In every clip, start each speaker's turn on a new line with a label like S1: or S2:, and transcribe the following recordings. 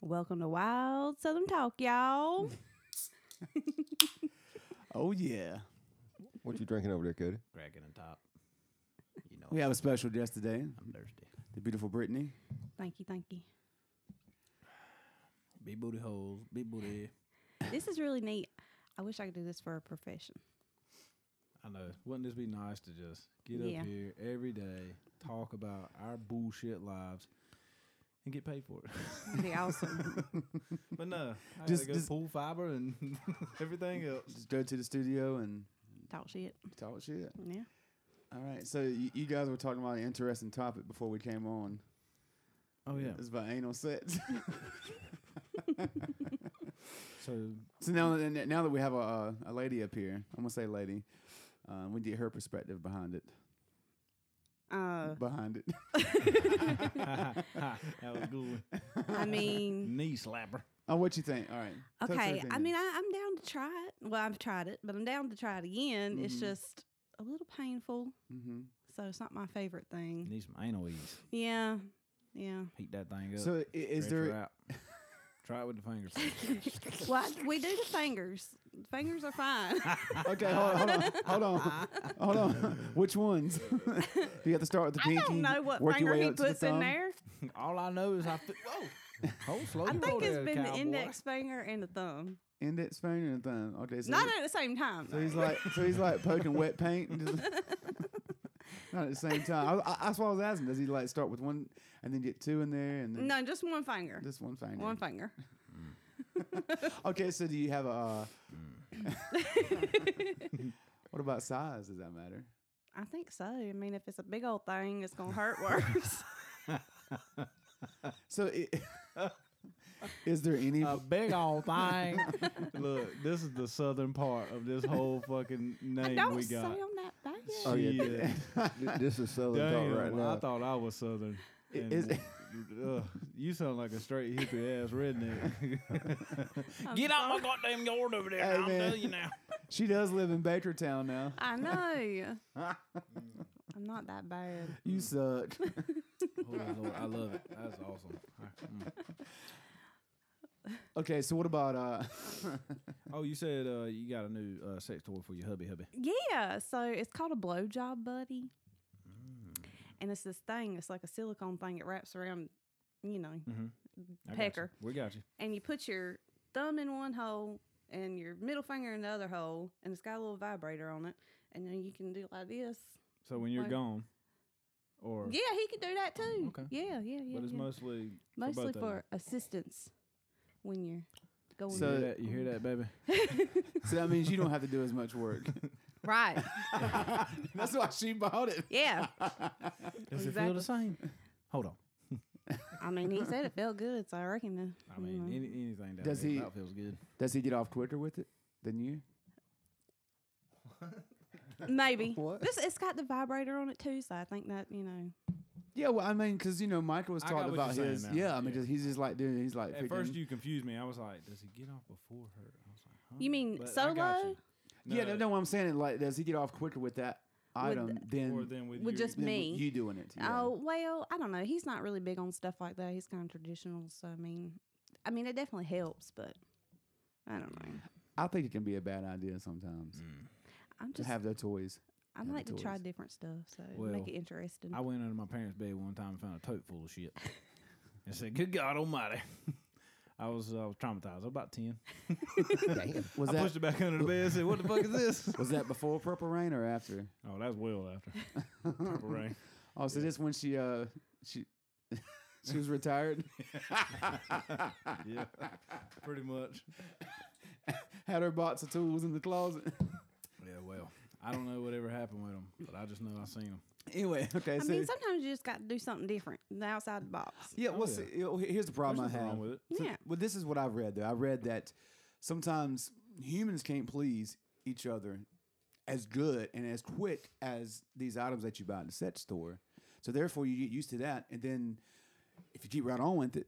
S1: Welcome to Wild Southern Talk, y'all.
S2: Oh yeah,
S3: What you drinking over there, Cody?
S4: Dragon and top. You know,
S2: we have a special guest today,
S4: I'm thirsty.
S2: the beautiful Brittany.
S1: thank you, thank you.
S4: Big booty holes, big booty.
S1: This is really neat. I wish I could do this for a profession.
S4: I know. Wouldn't this be nice to just get
S1: Yeah.
S4: up here every day, talk about our bullshit lives, and get paid for it?
S1: It'd be awesome.
S4: but no, I
S2: Just-
S4: just, go
S2: just-
S4: pool fiber and everything else.
S2: Just go to the studio and
S1: Talk shit.
S2: talk shit.
S1: Yeah.
S2: All right. So you, you guys were talking about an interesting topic before we came on.
S4: Oh yeah.
S2: It's about anal sex.
S4: So
S2: so now, now that we have a, a lady up here, I'm gonna say lady. Um, we get her perspective behind it.
S1: Uh,
S2: behind it.
S4: that was a good. one.
S1: I mean,
S4: Knee slapper.
S2: oh, what you think? All right. Tell us your
S1: okay. I
S2: opinion.
S1: mean, I, I'm down to try it. Well, I've tried it, but I'm down to try it again. It's
S2: Mm-hmm.
S1: just a little painful,
S2: Mhm.
S1: so it's not my favorite thing.
S4: Need some anal ease.
S1: Yeah. Yeah.
S4: Heat that thing up.
S2: So i- is
S4: stretch
S2: there?
S4: it out. Try it with the fingers.
S1: Well, I- we do the fingers. Fingers are fine.
S2: Okay, hold on, hold on, hold on. Hold on. Which ones? Do you have to start with the
S1: I
S2: pinky?
S1: don't know what
S2: work your
S1: finger
S2: way
S1: he
S2: up to the
S1: puts in
S2: thumb?
S1: there.
S4: All I know is I. Th- Whoa. Hold slow.
S1: I
S4: your roll
S1: think it's
S4: there,
S1: been the
S4: cowboy.
S1: index finger and the thumb.
S2: Index finger and thumb. Okay, so
S1: Not at the same time.
S2: So
S1: though.
S2: he's like, so he's like poking wet paint. And just, not at the same time. I, I, that's what I was asking. Does he like start with one and then get two in there and then
S1: No, just one finger.
S2: just one finger?
S1: one finger.
S2: Okay, so do you have a? Uh, what about size? Does that matter?
S1: I think so. I mean, if it's a big old thing, it's gonna hurt worse.
S2: So, i is there any?
S4: a big old thing. Look, this is the southern part of this whole fucking name
S1: Don't
S4: we got.
S1: sound that bad.
S3: Oh, yeah.
S4: Shit.
S3: this is
S2: Oh,
S3: Southern
S4: Damn,
S3: Talk right now.
S4: I thought I was southern. And uh,
S2: Is-
S4: ugh, you sound like a straight hippie ass redneck. Get out my goddamn yard over there!
S2: Hey, I'm man. telling you
S4: now.
S2: she does live in Bakertown now.
S1: I know. I'm not that bad.
S2: You suck.
S4: Holy Oh, Lord, I love it. That's awesome. Mm.
S2: Okay, so what about uh?
S4: Oh, you said uh, you got a new uh, sex toy for your hubby, hubby.
S1: Yeah. So it's called a blowjob buddy,
S2: Mm.
S1: and it's this thing. It's like a silicone thing. It wraps around, you know,
S4: Mm-hmm. I got you.
S1: pecker.
S4: we got you.
S1: and you put your thumb in one hole and your middle finger in the other hole, and it's got a little vibrator on it, and then you can do like this.
S4: So when you're
S1: Like-
S4: gone, or
S1: Yeah, he can do that too.
S4: Okay.
S1: Yeah, yeah, yeah.
S4: but it's
S1: yeah.
S4: mostly
S1: mostly
S4: both of you.
S1: for assistance when you're going.
S2: So-
S4: you hear that, you hear that baby?
S2: So that means you don't have to do as much work.
S1: right.
S2: That's why she bought it.
S1: Yeah.
S4: Does it
S1: Exactly.
S4: feel the same? Hold on.
S1: I mean, he said it felt good, so I reckon. The,
S4: I mean, any, anything down
S2: Does
S4: there
S2: he-
S4: about feels good.
S2: Does he get off quicker with it than you?
S1: maybe.
S2: What?
S1: This it's got the vibrator on it too, so I think that you know.
S2: Yeah, well, I mean, because you know, Michael was
S4: I got
S2: talking
S4: what you're
S2: about
S4: saying
S2: his.
S4: now.
S2: Yeah, I mean,
S4: Yeah.
S2: just, he's just like doing. He's like.
S4: At
S2: freaking-
S4: first, you confused me. I was like, "Does he get off before her?" I was like, huh?
S1: You mean
S4: But I got
S1: solo?
S4: you.
S2: yeah, no, no, what I'm saying is like, does he get off quicker with that item than,
S4: Or then with,
S1: With
S4: your-
S1: just
S2: than
S1: me.
S2: you doing it?
S1: Oh well, I don't know. He's not really big on stuff like that. He's kind of traditional, so I mean, I mean, it definitely helps, but I don't know.
S2: I think it can be a bad idea sometimes
S4: Mm.
S1: I'm
S2: to
S1: just
S2: have their toys.
S1: I
S2: have
S1: like to
S2: toys.
S1: try different stuff, so it'd
S4: Well,
S1: make it interesting.
S4: I went under my parents' bed one time and found a tote full of shit, and said, "Good God Almighty!" I was I was traumatized. I was about ten.
S2: Was
S4: I pushed
S2: that
S4: it back under the bed and said, "What the fuck is this?"
S2: was that before Purple Rain or after?
S4: Oh, that was well after. Purple rain.
S2: Oh, so this when she uh she she was retired,
S4: Yeah, pretty much.
S2: had her box of tools in the closet.
S4: Yeah, well, I don't know whatever happened with them, but I just know I seen them.
S2: anyway, okay,
S1: I
S2: so
S1: mean, sometimes you just got to do something different than outside the box.
S2: Yeah, well,
S4: Oh, yeah.
S2: see, you know, he- here's the problem
S4: There's
S2: I
S4: nothing
S2: have.
S4: wrong with
S1: it. Yeah.
S2: Well, this is what I've read though. I read that sometimes humans can't please each other as good and as quick as these items that you buy in the set store. So therefore, you get used to that, and then if you keep right on with it,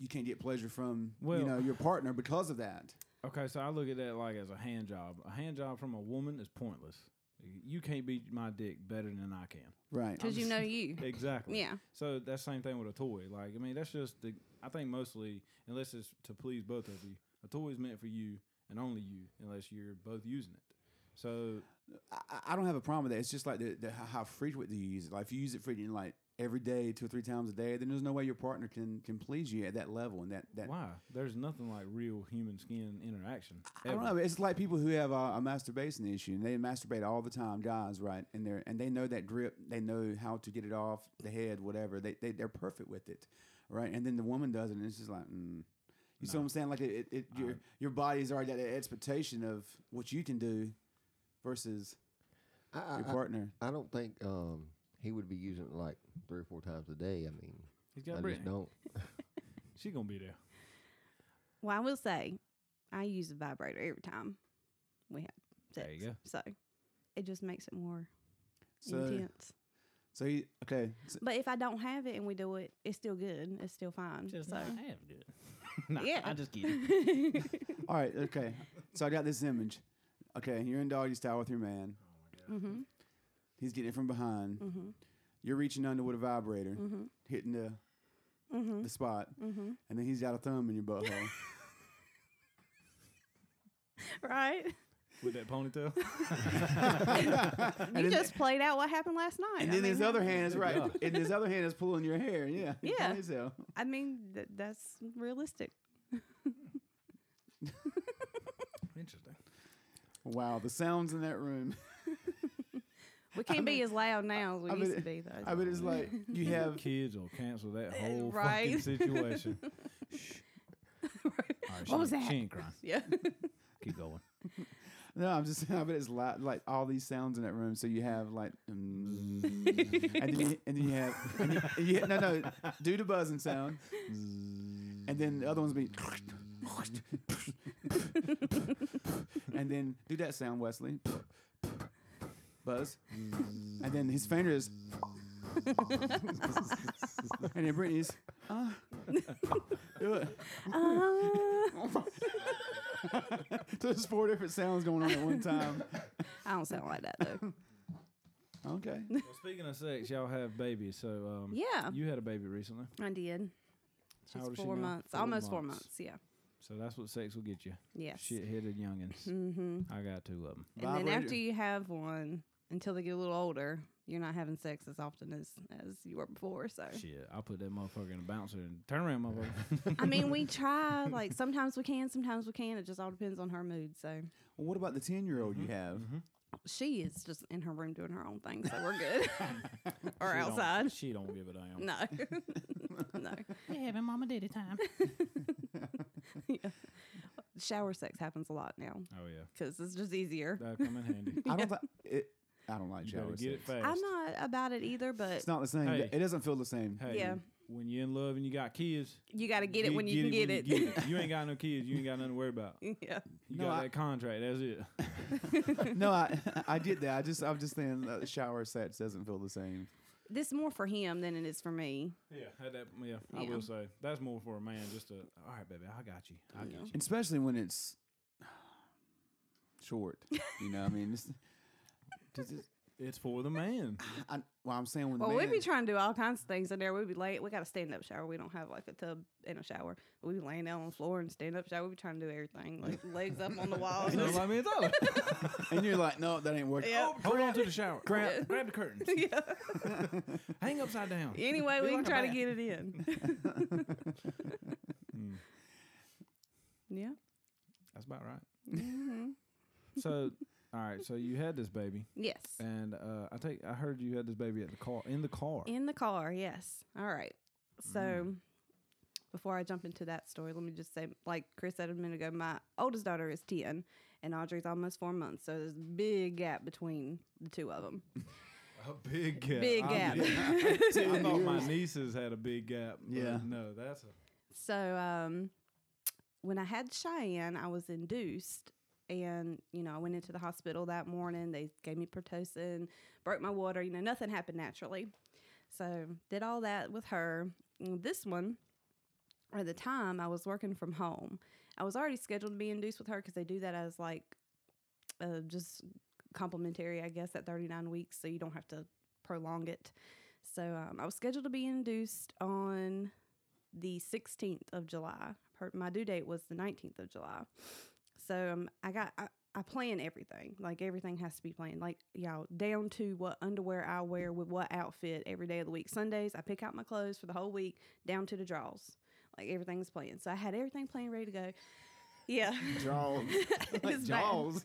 S2: you can't get pleasure from you
S4: Well-
S2: know your partner because of that.
S4: Okay, so I look at that like as a hand job. A hand job from a woman is pointless. You can't beat my dick better than I can.
S2: Right.
S1: because you know you.
S4: Exactly.
S1: Yeah,
S4: So that same thing with a toy. Like I mean, that's just the. I think mostly, unless it's to please both of you, a toy is meant for you and only you, unless you're both using it. So
S2: I, I don't have a problem with that. It's just like the, the how- how frequently you use it. Like if you use it frequently, like every day, two or three times a day, then there's no way your partner can can please you at that level and that that.
S4: why? There's nothing like real human skin interaction.
S2: I don't
S4: ever.
S2: know. It's like people who have a, a masturbation issue and they masturbate all the time, guys, right? And they and they know that grip, they know how to get it off the head, whatever. They, they they're perfect with it, right? And then the woman does it, and it's just like, mm. you see what I'm saying? Like it, it, it your your body's already at an expectation of what you can do versus
S3: I, I,
S2: your
S3: I-
S2: partner.
S3: I don't think um, he would be using it like three or four times a day. I mean,
S4: He's
S3: I
S4: got
S3: just
S4: Brittany.
S3: don't.
S4: She gonna be there.
S1: well, I will say, I use a vibrator every time we have sex.
S4: There you go.
S1: So it just makes it more
S2: So
S1: intense.
S2: so you, okay. So,
S1: But if I don't have it and we do it, it's still good. It's still fine. so.
S4: have good. nah,
S1: Yeah.
S4: I just kidding.
S2: all right. Okay. So I got this image. Okay, you're in doggy style with your man.
S1: mm-hmm,
S2: He's getting it from behind.
S1: mm-hmm,
S2: You're reaching under with a vibrator,
S1: mm-hmm,
S2: hitting the
S1: mm-hmm,
S2: the spot.
S1: mm-hmm.
S2: and then he's got a thumb in your butthole.
S1: Right?
S4: with that ponytail.
S1: you
S2: then-
S1: just played out what happened last night.
S2: and
S1: I
S2: then
S1: mean,
S2: his other hand is right,
S4: Yeah.
S2: and his other hand is pulling your hair. Yeah, your
S1: Yeah.
S2: ponytail.
S1: I mean, th- that's realistic.
S4: Interesting.
S2: Wow, the sounds in that room.
S1: We can't be as loud now as we
S2: I
S1: used
S2: bet
S1: to
S2: it-
S1: be, though.
S2: I mean, it's like you
S4: Have
S2: have.
S4: kids will cancel that
S1: Eh,
S4: whole fucking
S1: Right.
S4: situation. Shh. All right, she
S1: What was
S4: ain't-
S1: that?
S4: She ain't crying.
S1: yeah.
S4: Keep going.
S2: No, I'm just. I bet it's like like all these sounds in that room. So you have like, mm, and then you, and then you have, and you, and you- no, no, do the buzzing sound, and then the other ones be, and then do that sound, Wesley. Buzz, and then his finger is, and then Brittany's, uh, do it.
S1: Uh,
S2: So there's four different sounds going on at one time.
S1: I don't sound like that, though.
S2: Okay.
S4: Well, speaking of sex, y'all have babies. So um,
S1: Yeah,
S4: you had a baby recently.
S1: I did.
S4: How
S1: She's
S4: old is she
S1: four
S4: now?
S1: months,
S4: Four
S1: almost four
S4: months.
S1: months. Yeah.
S4: So that's what sex will get you.
S1: Yes.
S4: Shit headed youngins.
S1: Mm-hmm.
S4: I got two of them.
S1: And then
S2: Vibrator.
S1: after you have one, until they get a little older, you're not having sex as often as as you were before. So
S4: Shit, I put that motherfucker in a bouncer and turn around, motherfucker.
S1: I mean, we try. Like sometimes we can, sometimes we can. It just all depends on her mood. So
S2: Well, what about the ten year old you have?
S1: she is just in her room doing her own thing. So we're good. or
S4: She don't-
S1: outside.
S4: she don't give a damn.
S1: No. no.
S4: Yeah, having mama daddy time.
S1: Yeah. Shower sex happens a lot now
S4: Oh yeah,
S1: because it's just easier.
S4: that come in handy.
S2: I don't. Th- it, I don't like
S4: You
S2: shower
S4: better get it
S2: sex.
S4: fast.
S1: I'm not about it either, but
S2: It's not the same.
S4: Hey.
S2: It doesn't feel the same.
S4: Hey,
S1: Yeah.
S4: When you're in love and you got kids,
S1: you got to get it when you can
S4: when
S1: get
S4: You,
S1: it.
S4: it. You ain't got no kids. You ain't got nothing to worry about.
S1: yeah.
S4: You
S2: No,
S4: got
S2: I-
S4: that contract. That's it.
S2: no, I I get that. I just I'm just saying that the shower sex doesn't feel the same.
S1: This is more for him than it is for me.
S4: Yeah, had that. Yeah, I
S1: Yeah.
S4: will say that's more for a man. Just to all right, baby, I got you. I get
S1: Yeah.
S4: you.
S2: And especially when it's short. You know, I mean, it's, 'cause it's-
S4: It's for the man.
S2: I, well, I'm saying when the
S1: Well,
S2: man,
S1: Oh, we'd be trying to do all kinds of things in there. We'd be late. We got a stand up shower. We don't have like a tub and a shower. We'd be laying down on the floor and stand up shower. We'd be trying to do everything, like legs up on the walls.
S4: Sounds like me and Tyler.
S2: and you're like, no, that ain't working.
S1: Yeah.
S2: Oh,
S4: Hold on to the shower.
S1: Yeah.
S4: Grab, grab the curtains.
S1: yeah.
S4: Hang upside down.
S1: Anyway,
S4: Be
S1: we can
S4: like a
S1: try to
S4: bat.
S1: get it in.
S4: Mm,
S1: yeah.
S4: that's about right.
S1: hmm
S4: So, all right. So you had this baby,
S1: Yes.
S4: and uh, I take I heard you had this baby at the car in the car.
S1: In the car, yes. All right. So before I jump into that story, let me just say, like Chris said a minute ago, my oldest daughter is 10 and Audrey's almost four months. So there's a big gap between the two of them.
S4: A big gap.
S1: Big gap.
S4: I thought my nieces had a big gap. but
S2: Yeah.
S4: No, that's a.
S1: So um, when I had Cheyenne, I was induced. And, you know, I went into the hospital that morning. They gave me Pitocin, broke my water. You know, nothing happened naturally. So did all that with her. And this one, at the time, I was working from home. I was already scheduled to be induced with her because they do that as like uh, just complimentary, I guess, at 39 weeks, so you don't have to prolong it. So um, I was scheduled to be induced on the 16th of July. Her, my due date was the 19th of July. So um, I got I, I plan everything. Like everything has to be planned. Like y'all down to what underwear I wear with what outfit every day of the week. Sundays I pick out my clothes for the whole week down to the drawers. Like everything's planned. So I had everything planned, ready to go. Yeah.
S2: Oh, Jaws. like
S1: It's bad.
S2: jaws.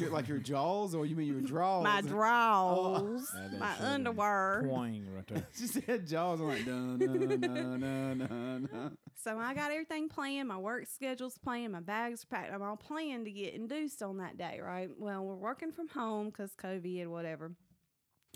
S2: Your- like your jaws, or you mean your draws?
S1: My drawers,
S4: That is
S1: my
S4: some
S1: underwear.
S4: Twang right there.
S2: she said jaws. I'm like, dun, dun, dun, dun, dun, dun.
S1: So I got everything planned. My work schedule's planned. My bags are packed. I'm all planned to get induced on that day, right? Well, we're working from home because COVID, and whatever.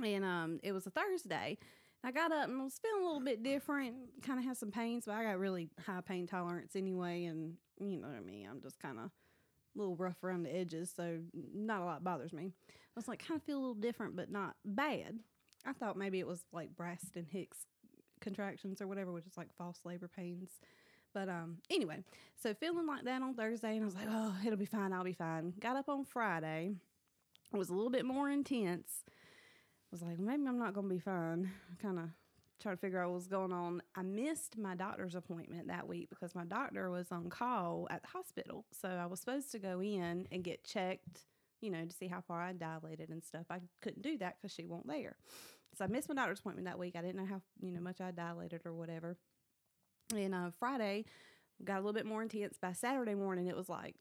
S1: And um, it was a Thursday. I got up and I was feeling a little bit different. Kind of had some pains, but I got really high pain tolerance anyway. And you know what I mean. I'm just kind of a little rough around the edges, so not a lot bothers me. I was like, kind of feel a little different, but not bad. I thought maybe it was like Braxton Hicks contractions or whatever, which is like false labor pains. But um, anyway, so feeling like that on Thursday, and I was like, oh, it'll be fine, I'll be fine. Got up on Friday, it was a little bit more intense. Was like, maybe I'm not gonna be fine. Kind of trying to figure out what was going on. I missed my doctor's appointment that week because my doctor was on call at the hospital, so I was supposed to go in and get checked, you know, to see how far I dilated and stuff. I couldn't do that because she won't there. So I missed my doctor's appointment that week. I didn't know how you know much I dilated or whatever. And uh, Friday got a little bit more intense. By Saturday morning, it was like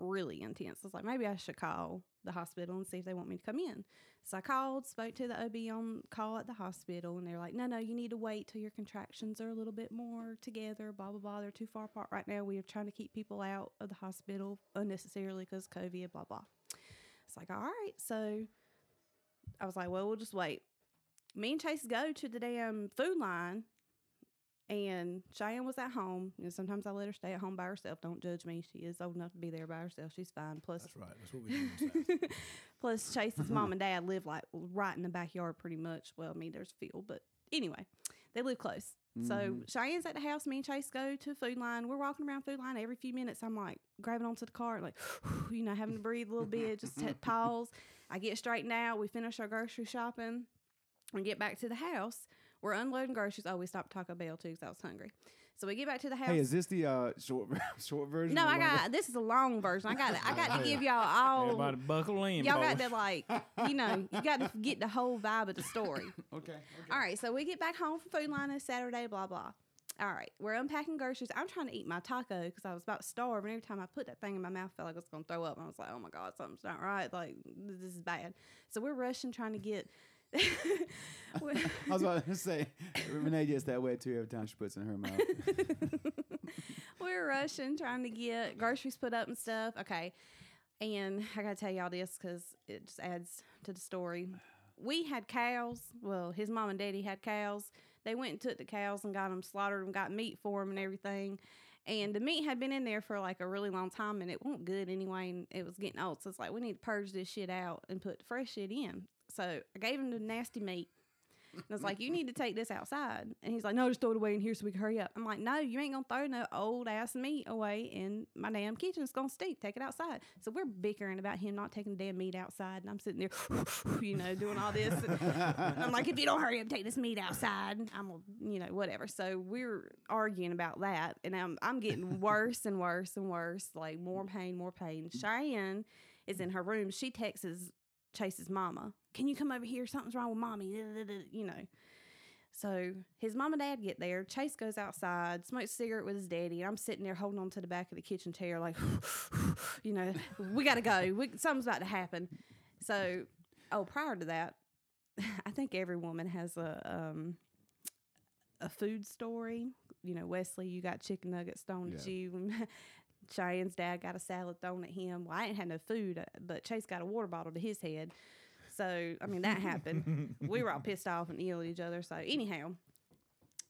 S1: really intense. I was like, maybe I should call the hospital and see if they want me to come in. So I called, spoke to the OB on call at the hospital, and they're like, no, no, you need to wait till your contractions are a little bit more together, blah, blah, blah. They're too far apart right now. We are trying to keep people out of the hospital unnecessarily because COVID, blah, blah. It's like, all right. So I was like, well, we'll just wait. Me and Chase go to the damn food line and Cheyenne was at home. You know, sometimes I let her stay at home by herself. Don't judge me. She is old enough to be there by herself. She's fine. Plus,
S4: That's right. That's what we do. in the South.
S1: plus Chase's mom and dad live like right in the backyard, pretty much. Well, I mean, there's a field, but anyway, they live close. So
S2: Mm-hmm.
S1: Cheyenne's at the house. Me and Chase go to food line. We're walking around food line every few minutes. I'm like grabbing onto the cart, like you know, having to breathe a little bit, just t- pause. I get straightened out. We finish our grocery shopping and get back to the house. We're unloading groceries. Oh, we stopped Taco Bell too because I was hungry. So we get back to the house.
S2: Hey, is this the uh, short short version?
S1: no,
S2: or
S1: I
S2: longer?
S1: got this is a long version. I got I got to give y'all all
S4: Everybody buckle in.
S1: Oh, Y'all
S4: boys.
S1: got to like, you know, you got to get the whole vibe of the story.
S2: Okay. okay.
S1: All right, so we get back home from Food Line on Saturday, blah blah. All right, we're unpacking groceries. I'm trying to eat my taco because I was about to starve, and every time I put that thing in my mouth, I felt like I was going to throw up. And I was like, "Oh my god, something's not right. Like this is bad." So we're rushing, trying to get. we're-
S2: I was about to say, Renee gets that way too every time she puts it in her mouth.
S1: we're rushing, trying to get groceries put up and stuff. Okay, and I gotta tell y'all this because it just adds to the story. We had cows. Well, his mom and daddy had cows. They went and took the cows and got them slaughtered and got meat for them and everything. And the meat had been in there for like a really long time and it wasn't good anyway. And it was getting old. So it's like, we need to purge this shit out and put fresh shit in. So I gave him the nasty meat. And I was like, you need to take this outside. And he's like, no, just throw it away in here so we can hurry up. I'm like, no, you ain't going to throw no old ass meat away in my damn kitchen. It's going to stink. Take it outside. So we're bickering about him not taking the damn meat outside. And I'm sitting there, you know, doing all this. And I'm like, if you don't hurry up, take this meat outside. I'm, gonna, you know, whatever. So we're arguing about that. And I'm, I'm getting worse and worse and worse. Like more pain, more pain. Cheyenne is in her room. She texts Chase's mama. Can you come over here? Something's wrong with mommy. You know. So his mom and dad get there. Chase goes outside, smokes a cigarette with his daddy, and I'm sitting there holding on to the back of the kitchen chair, like, you know, we gotta go. We, something's about to happen. So, oh, prior to that, I think every woman has a um, a food story. You know, Wesley, you got chicken nuggets thrown at
S3: Yeah.
S1: you. Cheyenne's dad got a salad thrown at him. Well, I ain't had no food, uh, but Chase got a water bottle to his head. So, I mean, that happened. we were all pissed off and yelled at each other. So, anyhow,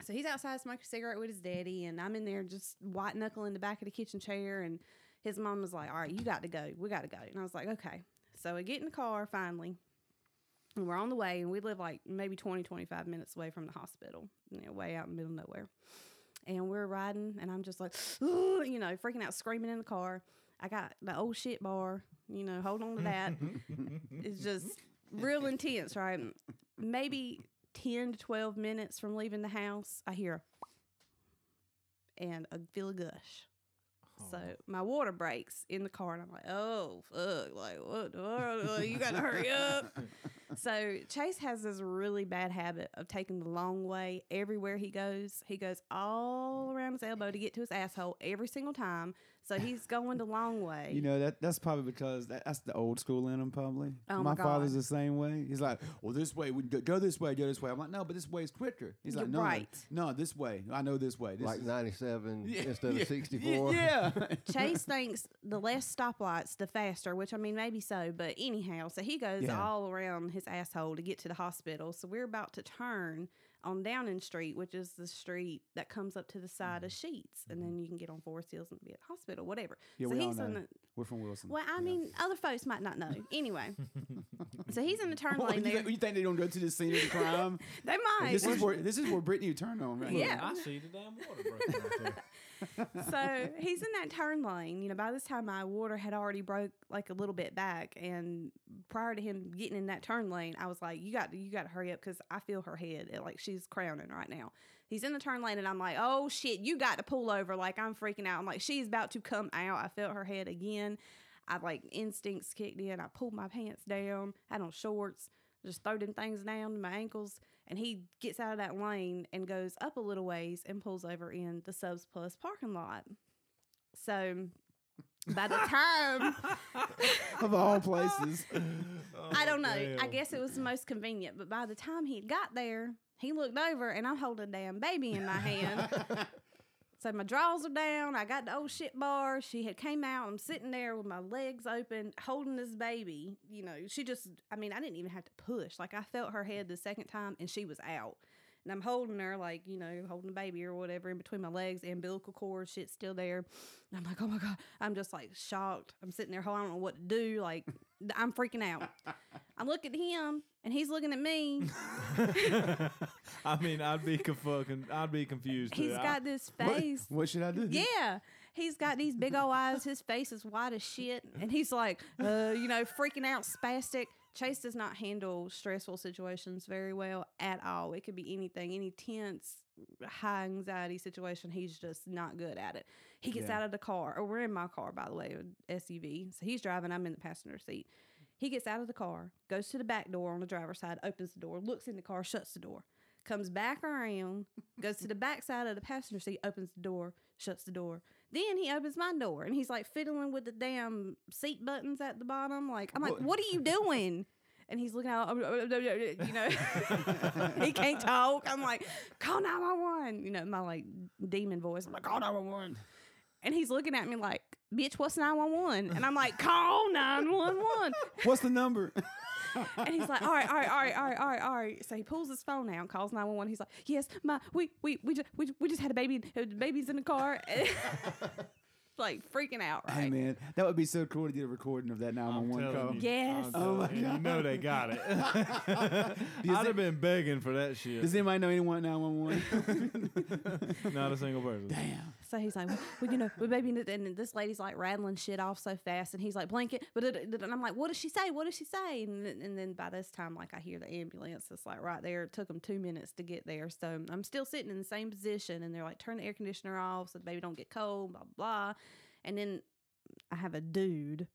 S1: so he's outside smoking a cigarette with his daddy, and I'm in there just white knuckling the back of the kitchen chair. And his mom was like, All right, you got to go. We got to go. And I was like, Okay. So, I get in the car finally, and we're on the way, and we live like maybe 20, 25 minutes away from the hospital, you know, way out in the middle of nowhere. And we're riding, and I'm just like, you know, freaking out, screaming in the car. I got the old shit bar. You know, hold on to that. it's just real intense, right? Maybe ten to twelve minutes from leaving the house, I hear a and I feel a gush. So my water breaks in the car, and I'm like, "Oh fuck! Like what? what- you gotta hurry up!" so Chase has this really bad habit of taking the long way everywhere he goes. He goes all around his elbow to get to his asshole every single time. So he's going the long way.
S2: You know that that's probably because that, that's the old school in him. Probably
S1: Oh my
S2: my, father's
S1: God.
S2: the same way. He's like, well, this way we go, go this way, go this way. I'm like, no, but this way is quicker. He's like,
S1: You're
S2: no,
S1: right.
S2: no, this way. I know this way. This
S3: like
S2: is-
S3: 97
S2: Yeah,
S3: instead
S2: yeah,
S3: of 64.
S2: Yeah,
S1: Chase thinks the less stoplights, the faster, which I mean, maybe so, but anyhow, so he goes
S2: Yeah.
S1: all around his asshole to get to the hospital. So we're about to turn on Downing Street, which is the street that comes up to the side of Sheets, and then you can get on Forest Hills and be at the hospital, whatever.
S2: Mm-hmm. Yeah,
S1: so
S2: we all
S1: he's on
S2: know.
S1: the,
S2: we're from Wilson.
S1: well, I
S2: Yeah.
S1: mean, other folks might not know. Anyway, so he's in the turn
S2: Well,
S1: lane
S2: you,
S1: there.
S2: think, you think they don't go to the scene of the crime?
S1: They might.
S2: this is where this is where Brittany turned on, right?
S1: Look, Yeah.
S4: I see the damn water breaking out there.
S1: so he's in that turn lane. You know, by this time my water had already broke like a little bit back, and prior to him getting in that turn lane, I was like, "You got, to, you got to hurry up because I feel her head. It, like she's crowning right now." He's in the turn lane, and I'm like, "Oh shit, you got to pull over!" Like I'm freaking out. I'm like, "She's about to come out." I felt her head again. I like instincts kicked in. I pulled my pants down. Had on shorts. Just throw them things down to my ankles. And he gets out of that lane and goes up a little ways and pulls over in the Subs Plus parking lot. So by the time
S2: Of all places,
S1: I don't know, I
S4: damn.
S1: guess it was the most convenient. But by the time he got there, he looked over and I'm holding a damn baby in my hand. so my drawers are down. I got the old shit bar. She had came out. I'm sitting there with my legs open, holding this baby. You know, she just. I mean, I didn't even have to push. Like I felt her head the second time, and she was out. And I'm holding her, like, you know, holding the baby or whatever in between my legs, umbilical cord, shit's still there. And I'm like, oh my God. I'm just like shocked. I'm sitting there, whole, I don't know what to do. Like, I'm freaking out. I look at him and he's looking at me.
S4: Oh, I mean, I'd be con- fucking, I'd be confused.
S1: He's
S4: too. I-
S1: got this
S2: what,
S1: face.
S2: what should I do?
S1: Yeah. He's got these big old eyes. His face is white as shit. And he's like, uh, you know, freaking out, spastic. Chase does not handle stressful situations very well at all. It could be anything, any tense, high anxiety situation. He's just not good at it. He gets
S2: Yeah.
S1: out of the car, or we're in my car, by the way, an SUV. So he's driving. I'm in the passenger seat. He gets out of the car, goes to the back door on the driver's side, opens the door, looks in the car, shuts the door, comes back around, goes to the back side of the passenger seat, opens the door, shuts the door. Then he opens my door and he's like fiddling with the damn seat buttons at the bottom. Like, I'm like,
S2: What-
S1: what are you doing? And he's looking out, you know, he can't talk. I'm like, call 911. You know, my like demon voice. I'm like, call 911. And he's looking at me like, bitch, what's 911? And I'm like, call 911.
S2: What's the number?
S1: And he's like, all right, all right, all right, all right, all right, all right. So he pulls his phone out, calls 911. He's like, yes, my, we, we, we just, we, we just had a baby. uh, The baby's in the car. like freaking out, right?
S2: Hey man, that would be so cool to get a recording of that
S4: I'm
S2: 911
S4: telling
S2: call.
S4: you.
S1: Yes.
S4: I'm
S2: Oh my
S4: telling you, You
S2: God.
S4: know they got it. I'd have been begging for that shit.
S2: Does anybody know anyone at 911?
S4: Not a single person.
S2: Damn.
S1: So he's like, well, well, you know, well, baby, and then this lady's like rattling shit off so fast, and he's like, blanket, but and I'm like, what does she say? What does she say? And then, and then by this time, like, I hear the ambulance. It's like right there. It took them two minutes to get there, so I'm still sitting in the same position, and they're like, turn the air conditioner off so the baby don't get cold, blah blah. And then I have a dude,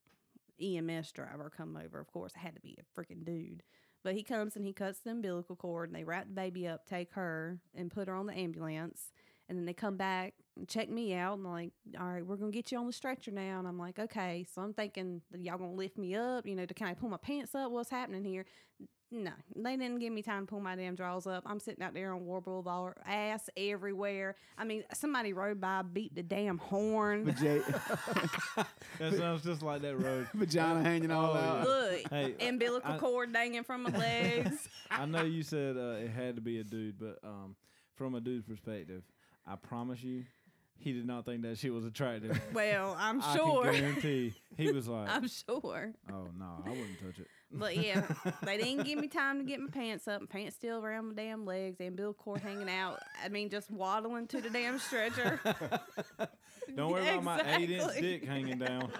S1: EMS driver, come over. Of course, I had to be a freaking dude. But he comes and he cuts the umbilical cord, and they wrap the baby up, take her, and put her on the ambulance. And then they come back and check me out, and like, all right, we're gonna get you on the stretcher now. And I'm like, okay. So I'm thinking, that y'all gonna lift me up? You know, to kind of pull my pants up? What's happening here? No, they didn't give me time to pull my damn drawers up. I'm sitting out there on War Boulevard, ass everywhere. I mean, somebody rode by, beat the damn horn.
S2: Vagi-
S4: That sounds just like that road.
S2: vagina hanging all
S4: Oh,
S2: out.
S1: Look,
S4: Hey,
S1: umbilical
S4: I-
S1: cord dangling from my legs.
S4: I know you said uh, it had to be a dude, but um, from a dude's perspective, I promise you, he did not think that shit was attractive.
S1: well, I'm
S4: I
S1: sure.
S4: can guarantee he was like,
S1: I'm sure.
S4: "Oh no, I wouldn't touch it."
S1: But yeah, they didn't give me time to get my pants up. My pants still around my damn legs. Umbilical cord hanging out. I mean, just waddling to the damn stretcher.
S4: Don't worry about my eight inch
S1: Exactly.
S4: dick hanging down.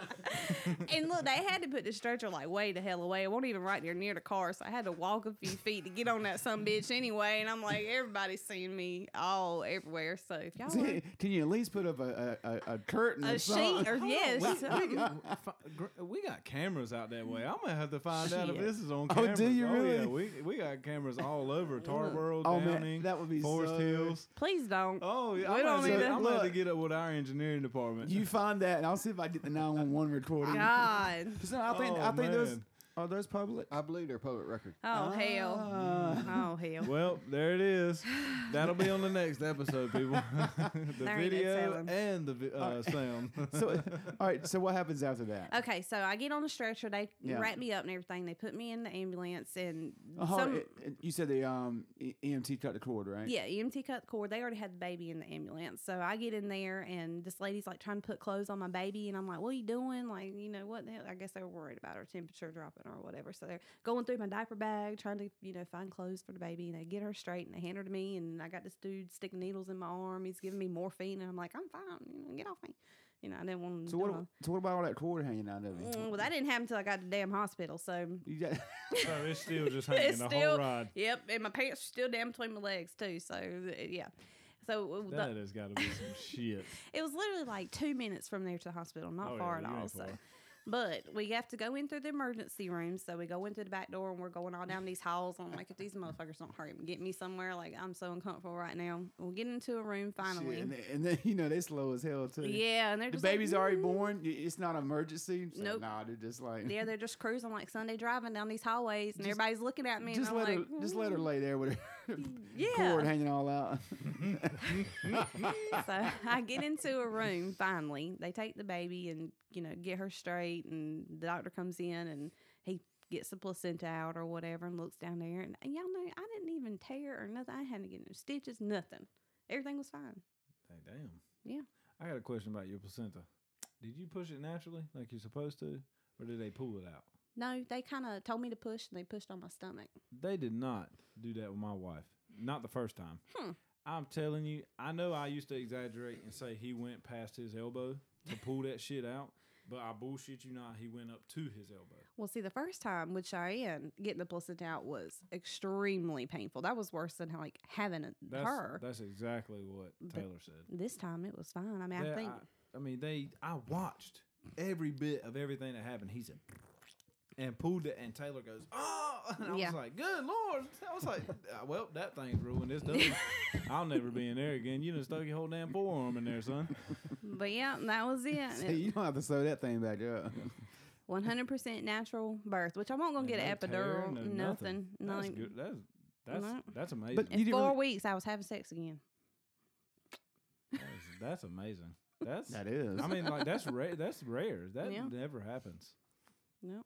S1: and look, they had to put the stretcher like way the hell away. It won't even right near near the car, so I had to walk a few feet to get on that some bitch anyway. And I'm like, everybody's seeing me all everywhere. So if y'all want
S2: Can you at least put up a a, a, a curtain
S1: a
S2: or something?
S1: sheet or yes, um,
S4: we,
S1: something.
S4: fi- gr- we got cameras out that way. I'm gonna have to find out if
S1: Shit.
S4: this is on
S2: Oh, do
S4: camera.
S2: you
S4: Yeah,
S2: really?
S4: we, we got cameras all over Tarboro,
S2: Oh, man,
S4: Downing,
S2: that would be
S4: Forest
S2: so-
S4: Hills.
S1: please don't.
S4: Oh, yeah,
S1: We don't
S4: I'm gonna have
S1: need
S4: to-
S1: to-
S4: I'm gonna have to
S2: Look.
S4: get up with our engineering department.
S2: You find that, and I'll see if I get the 911 recording.
S1: God.
S2: 'Cause I think I
S4: Oh,
S2: think those
S4: man.
S2: are those public.
S3: I believe they're public record.
S1: Oh hell.
S2: Ah.
S1: Oh hell.
S4: well, there it is. That'll be on the next episode, people. the
S1: There ain't no
S4: video
S1: telling.
S4: and the vi- uh, sound.
S2: so, all right. So what happens after that?
S1: Okay, so I get on the stretcher. They
S2: Yeah.
S1: wrap me up and everything. They put me in the ambulance and
S2: Uh, Hold on,
S1: some.
S2: it- it- you said the um, E- EMT cut the cord, right?
S1: Yeah, EMT cut the cord. They already had the baby in the ambulance. So I get in there and this lady's like trying to put clothes on my baby and I'm like, What are you doing? Like, you know, what the hell? I guess they were worried about her temperature dropping or whatever. So they're going through my diaper bag, trying to, you know, find clothes for the baby and they get her straight and they hand her to me and I got this dude sticking needles in my arm. He's giving me morphine and I'm like, I'm fine, you know, get off me. You know, I didn't want
S2: So what? So what about all that cord hanging out of
S1: uh-huh. Mm,
S2: you?
S1: Well, that didn't happen until I got to the damn hospital. So,
S2: You got-
S4: Oh, it's still just hanging
S1: It's
S4: the
S1: still-
S4: whole ride.
S1: yep, and my pants were still down between my legs too. So, th- yeah. So uh, the-
S4: That has got to be some shit.
S1: it was literally like two minutes from there to the hospital, not
S4: Oh,
S1: far
S4: yeah, you
S1: at all.
S4: ain't
S1: So,
S4: far.
S1: but we have to go in through the emergency room. So we go into the back door and we're going all down these halls. I'm like, if these motherfuckers don't hurry up and get me somewhere, like I'm so uncomfortable right now. We'll get into a room finally.
S2: Shit, and, then- and then you know they slow as hell too.
S1: yeah, and they're
S2: The
S1: just like,
S2: baby's already
S1: "Mm."
S2: born. y- It's not an emergency. So
S1: Nope.
S2: Nah, they're just like.
S1: Yeah, they're just cruising like Sunday driving down these hallways, and
S2: Just-
S1: everybody's looking at me.
S2: Just
S1: and I'm
S2: let her.
S1: like, hmm.
S2: Just let her lay there with her
S1: Yeah.
S2: cord hanging all out.
S1: so I get into a room finally. They take the baby and, you know, get her straight and the doctor comes in and he gets the placenta out or whatever and looks down there and y'all know I didn't even tear or nothing. I hadn't get no stitches, nothing. Everything was fine.
S4: Hey, damn.
S1: Yeah.
S4: I got a question about your placenta. Did you push it naturally, like you're supposed to, or did they pull it out?
S1: No, they kind of told me to push and they pushed on my stomach.
S4: They did not do that with my wife. Not the first time.
S1: Hmm.
S4: I'm telling you, I know I used to exaggerate and say he went past his elbow to pull that shit out, but I bullshit you not, he went up to his elbow.
S1: Well, see, the first time with Cheyenne, getting the placenta out was extremely painful. That was worse than like having a,
S4: That's,
S1: her.
S4: That's exactly what
S1: But-
S4: Taylor said.
S1: this time it was fine. I mean,
S4: Yeah,
S1: I think
S4: I, I mean, they. I watched every bit of everything that happened. He said, and pulled it, and Taylor goes, "Oh!" And I
S1: Yeah.
S4: was like, "Good lord!" I was like, "Uh, "Well, that thing's ruined. It's done. I'll never be in there again. You done stuck your whole damn forearm in there, son."
S1: but yeah, that was it.
S2: So
S1: It-
S2: you don't have to sew that thing back up.
S1: One hundred percent natural birth, which I won't gonna
S4: And
S1: get an
S4: no tear,
S1: epidural,
S4: no
S1: nothing.
S4: That's
S1: Like,
S4: good. That's that's
S1: No.
S4: that's amazing.
S2: But- You
S1: in
S2: didn't
S1: four
S2: really-
S1: weeks, I was having sex again.
S4: that's, that's amazing. That's.
S2: That is.
S4: I mean, like that's rare. That's rare. That
S1: Yeah.
S4: never happens.
S1: No,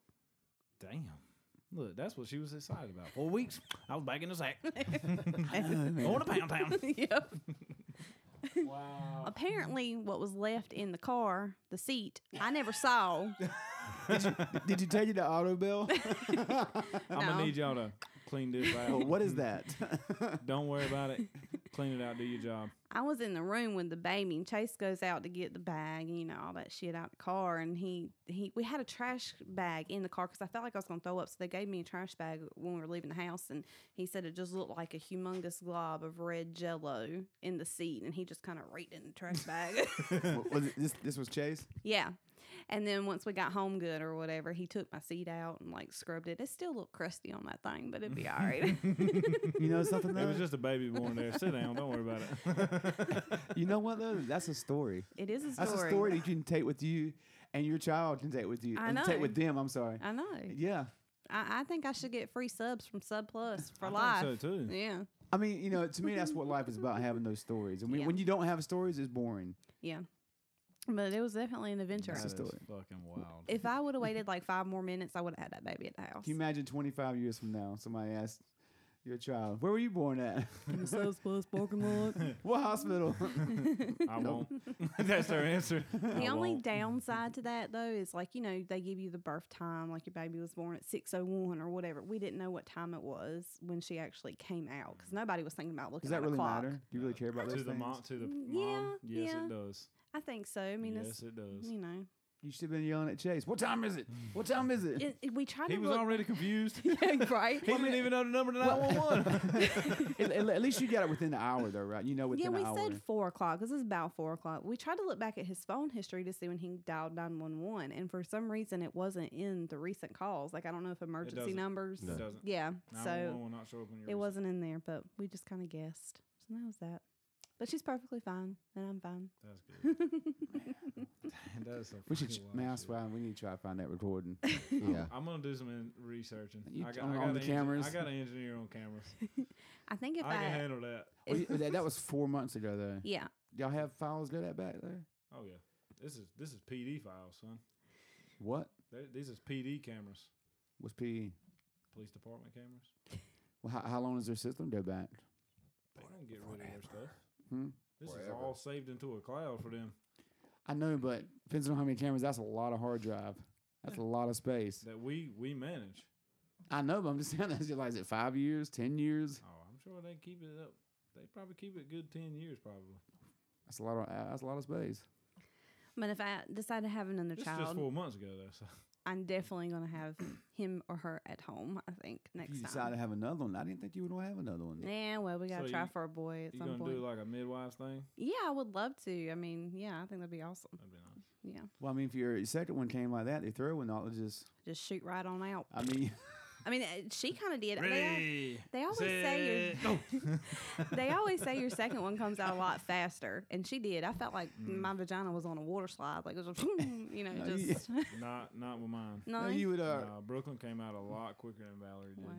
S4: Damn. Look, that's what she was excited about. Four weeks. I was back in the sack. Going to Pound Town.
S1: yep.
S4: Wow.
S1: Apparently, what was left in the car, the seat, I never saw.
S2: Did you tell you the auto bill?
S4: I'm
S1: No.
S4: gonna need y'all to clean this
S2: well,
S4: out.
S2: Oh, what is that?
S4: Don't worry about it. Clean it out. Do your job.
S1: I was in the room with the baby, and Chase goes out to get the bag, and you know all that shit out the car. And he he we had a trash bag in the car because I felt like I was gonna throw up, so they gave me a trash bag when we were leaving the house. And he said it just looked like a humongous glob of red Jello in the seat, and he just kind of raked it in the trash bag.
S2: W- was it- this, this was Chase.
S1: Yeah. And then once we got home good or whatever, he took my seat out and like scrubbed it. It still looked crusty on that thing, but it'd be all right.
S2: You know something
S4: It
S2: though.
S4: was just a baby born there. Sit down. Don't worry about it.
S2: you know what though? That's a story.
S1: it is a story.
S2: That's a story that you can take with you, and your child can take with you.
S1: I
S2: and Take
S1: know.
S2: with them. I'm sorry.
S1: I know.
S2: Yeah.
S1: I, I think I should get free subs from Sub Plus for
S4: I
S1: life.
S4: think so too.
S1: Yeah.
S2: I mean, you know, to me, that's what life is about having those stories. And when,
S1: Yeah.
S2: when you don't have stories, it's boring.
S1: Yeah. But it was definitely an adventure.
S2: That's
S4: That
S2: a
S4: is
S2: story.
S4: fucking wild.
S1: If I would have waited like five more minutes, I would have had that baby at the house.
S2: Can you imagine 25 years from now, somebody asks, You're a child. Where were you born at?
S1: In the South Plus parking lot.
S2: what hospital?
S4: I won't. That's their answer.
S1: The
S4: I
S1: only
S4: won't.
S1: downside to that though is like you know they give you the birth time, like your baby was born at six oh one or whatever. We didn't know what time it was when she actually came out because nobody was thinking about looking
S2: Does that
S1: at
S2: really
S1: a clock.
S2: matter? Do you really care about
S4: to
S2: those
S4: the
S2: things?
S4: mom. To the
S1: Mm,
S4: mom.
S1: yeah,
S4: yes,
S1: yeah.
S4: it does.
S1: I think so. I mean,
S4: yes,
S1: it's,
S4: it does.
S1: you know,
S2: You should have been yelling at Chase. What time is it? What time is it?
S1: it, it- we try
S4: He
S1: to
S4: was
S1: look
S4: already confused. he
S1: yeah, right.
S4: didn't even know the number to nine one one.
S2: at, at- at least you got it within the hour, though, right? You know, within
S1: yeah, we
S2: the hour.
S1: said four o'clock because it's about four o'clock. We tried to look back at his phone history to see when he dialed nine one one, and for some reason it wasn't in the recent calls. Like I don't know if emergency
S4: doesn't.
S1: numbers.
S4: It doesn't.
S1: Yeah, so
S4: 911 will not show up on
S1: It
S4: your receipt.
S1: wasn't in there, but we just kind of guessed. So that was that. But she's perfectly fine, and I'm fine.
S4: That's good. Man, that is so
S2: We should,
S4: fucking
S2: ch-
S4: wild
S2: man, I
S4: shit.
S2: swear, we need to try to find that recording.
S3: yeah.
S4: I'm gonna do some in- researching.
S2: You-
S4: I got,
S2: on-
S4: I got
S2: on
S4: an
S2: the
S4: engi-
S2: cameras?
S4: I got an engineer on cameras.
S1: I think if
S4: I can
S1: I,
S4: handle that.
S2: Oh, you- that, that was four months ago, though.
S1: yeah,
S2: Y'all have files go that back there?
S4: Oh yeah, this is this is PD files, son.
S2: What?
S4: Th- These is PD cameras,
S2: What's PE?
S4: police department cameras.
S2: Well, how, how long does their system go back?
S4: They don't get rid of their stuff.
S2: Hmm?
S4: This is
S3: Forever.
S4: all saved into a cloud for them.
S2: I know, but depends on how many cameras. That's a lot of hard drive. That's a lot of space.
S4: that we we manage.
S2: I know, but I'm just saying that's just like, is it five years, 10 years?
S4: Oh, I'm sure they keep it up. They probably keep it good ten years, probably.
S2: That's a lot of, uh, that's a lot of space.
S1: but if I decide to have another
S4: This is just
S1: child,
S4: four months ago, though. So
S1: I'm definitely gonna have him or her at home. I think next
S2: you decide to
S1: time.
S2: have another one. I didn't think you would want to have another one.
S1: Yeah, well, we gotta
S4: So
S1: try
S4: you-
S1: for a boy at
S4: you
S1: some
S4: gonna
S1: point.
S4: do like a midwives thing?
S1: yeah, I would love to. I mean, yeah, I think that'd be awesome.
S4: That'd be nice.
S1: Yeah,
S2: Well, I mean, if your second one came like that, the third one ought to just,
S1: just shoot right on out.
S2: I mean,
S1: I mean, uh, she kind of did. They, they always say your
S4: no.
S1: they always say your second one comes out a lot faster, and she did. I felt like my vagina was on a water slide, like it was, you know,
S2: Mm. No, you-
S1: just
S4: not not with mine.
S1: no.
S2: you would, uh,
S4: Nah, Brooklyn came out a lot quicker than Valerie did.
S1: Wow.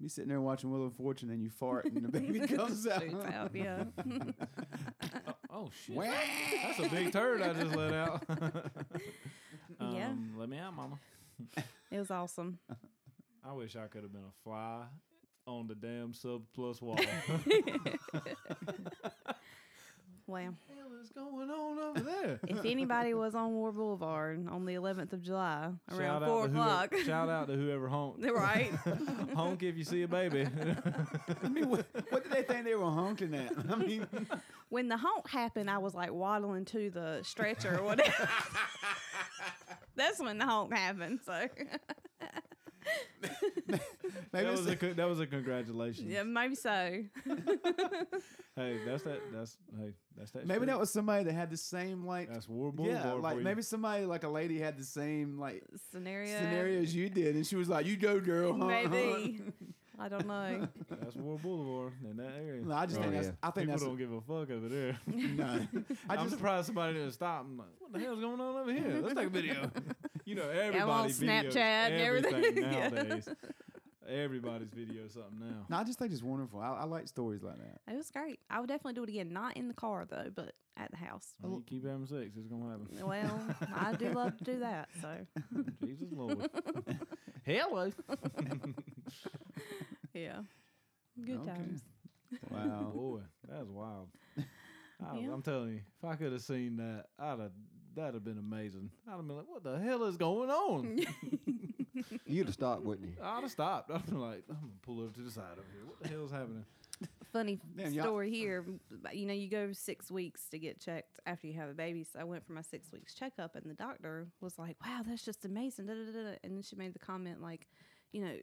S2: be sitting there watching Wheel of Fortune and you fart and the baby comes out.
S1: Shoots out, yeah.
S4: Oh shit!
S2: Wah!
S4: That's a big turd I just let out. um,
S1: Yeah.
S4: Let me out, mama.
S1: it was awesome.
S4: I wish I could have been a fly on the damn sub plus wall.
S1: Wow.
S4: hell is going on over there?
S1: If anybody was on War Boulevard on the 11th of July around
S4: out
S1: 4
S4: to whoever-
S1: o'clock,
S4: shout out to whoever honked.
S1: right?
S4: Honk if you see a baby.
S2: I mean, what, what did they think they were honking at? I mean,
S1: When the honk happened, I was like waddling to the stretcher or whatever. That's when the honk happened. So
S2: maybe
S4: that
S2: it's
S4: was a co- that was a congratulations.
S1: yeah, maybe so.
S4: Hey, that's that. That's hey, that's that.
S2: Maybe
S4: street.
S2: that was somebody that had the same like
S4: that's War Boulevard.
S2: yeah, like
S4: for you.
S2: maybe somebody like a lady had the same like
S1: Scenario.
S2: scenario as you did, and she was like, "You go, girl." huh, huh."
S1: Maybe. I don't know.
S4: that's War Boulevard in that area.
S2: No, I just
S3: Oh,
S2: think that's.
S3: yeah.
S2: I think
S4: People
S2: that's.
S4: don't give a fuck over there.
S2: no, I
S4: I am
S2: just.
S4: surprised somebody didn't stop. and like, what the hell's going on over here? Let's take a video. You know, everybody
S1: I'm on
S4: videos
S1: Snapchat and
S4: everything
S1: everything. Yeah.
S4: nowadays. Everybody's video something now.
S2: No, I just think it's wonderful. I, I like stories like that.
S1: It was great. I would definitely do it again. Not in the car though, but at the house.
S4: When you keep having sex, it's gonna happen.
S1: Well, I do love to do that. So
S4: Jesus Lord. Hello.
S1: yeah, good
S2: Okay.
S1: times.
S2: Wow.
S4: Oh, Boy, that's wild. I,
S1: Yeah.
S4: I'm telling you, if I could have seen that, I'd have that'd have been amazing. I'd have been like, "What the hell is going on?"
S3: You'd have stopped, wouldn't you?
S4: I'd have stopped. I'd been like, "I'm gonna pull over to the side over here. What the hell's happening?"
S1: Funny
S2: Damn, y'all-
S1: story here. but, You know, you go six weeks to get checked after you have a baby. So I went for my six weeks checkup, and the doctor was like, "Wow, that's just amazing." Da, da, da, da. And then she made the comment like, "You know."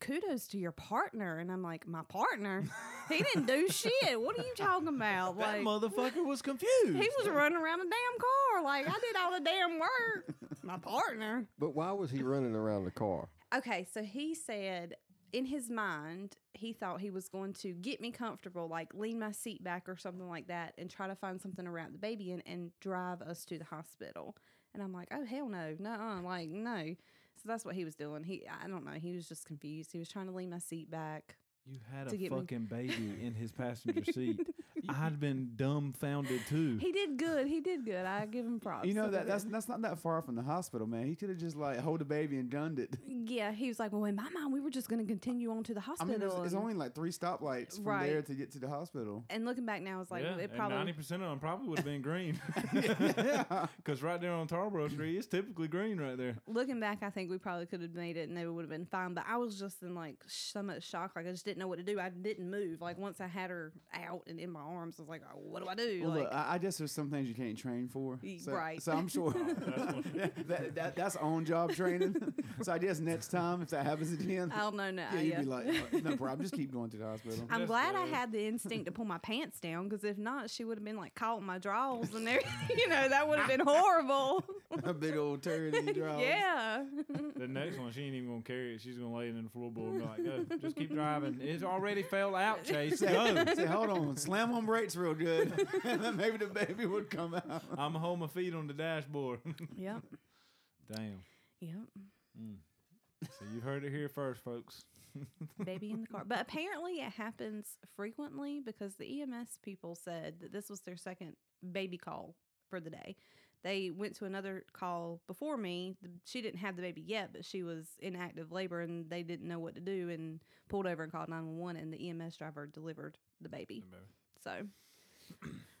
S1: Kudos to your partner, and I'm like, my partner. He didn't do shit. What are you talking about? Like,
S4: that motherfucker was confused.
S1: he was running around the damn car. Like, I did all the damn work. My partner.
S3: But why was he running around the car?
S1: Okay, so he said in his mind, he thought he was going to get me comfortable, like lean my seat back or something like that, and try to find something to wrap the baby in and drive us to the hospital. And I'm like, oh, hell no, no, like, no. So that's what he was doing. He, I don't know, he was just confused. He was trying to lean my seat back.
S4: You had
S1: to
S4: a
S1: get me.
S4: fucking baby in his passenger seat. I'd been dumbfounded too.
S1: He did good. He did good. I give him props.
S2: Hmm. You know
S1: He
S2: that
S1: did
S2: that's
S1: good.
S2: that's not that far from the hospital, man. He could have just like hold the baby and done it.
S1: yeah. He was like, well, in my mind, we were just going to continue on to the
S2: I
S1: hospital.
S2: mean, there's, there's
S1: and-
S2: only like three stoplights from
S1: Right.
S2: there to get to the hospital.
S1: and looking back now, it's like
S4: yeah,
S1: it probably
S4: ninety percent of them probably would have been green,
S2: yeah,
S4: because right there on Tarboro Street, it's typically green right there.
S1: looking back, I think we probably could have made it and they would have been fine. But I was just in like so much shock. Like I just didn't know what to do. I didn't move. Like once I had her out and in my arms, I was like, oh, what do I do?
S2: Well,
S1: like,
S2: look, I, I guess there's some things you can't train for.
S1: Y-
S2: So,
S1: right.
S2: So I'm sure that, that that's on job training. so I guess next time if that happens again,
S1: I don't know now.
S2: yeah, you'd
S1: yeah.
S2: be like, "Oh, no problem, just keep going to the hospital.
S1: I'm
S4: Just,
S1: glad I
S4: uh,
S1: had the instinct to pull my pants down because if not, she would have been like caught in my drawers and everything. You know, that would have been horrible.
S2: A big old turd in your drawers.
S1: yeah.
S4: The next one, she ain't even gonna carry it. She's gonna lay it in the floorboard and be like, "Go, just keep driving. It's already fell out, Chase.
S2: Say,
S4: Go."
S2: say, hold on, slam on brakes real good, and then maybe the baby would come out.
S4: I'm gonna hold my feet on the dashboard.
S1: Yep.
S4: Damn.
S1: Yep.
S4: Mm. So you heard it here first, folks.
S1: Baby in the car. But apparently it happens frequently because the EMS people said that this was their second baby call for the day. They went to another call before me. The- She didn't have the baby yet, but she was in active labor and they didn't know what to do and pulled over and called 911 and the EMS driver delivered the baby. So,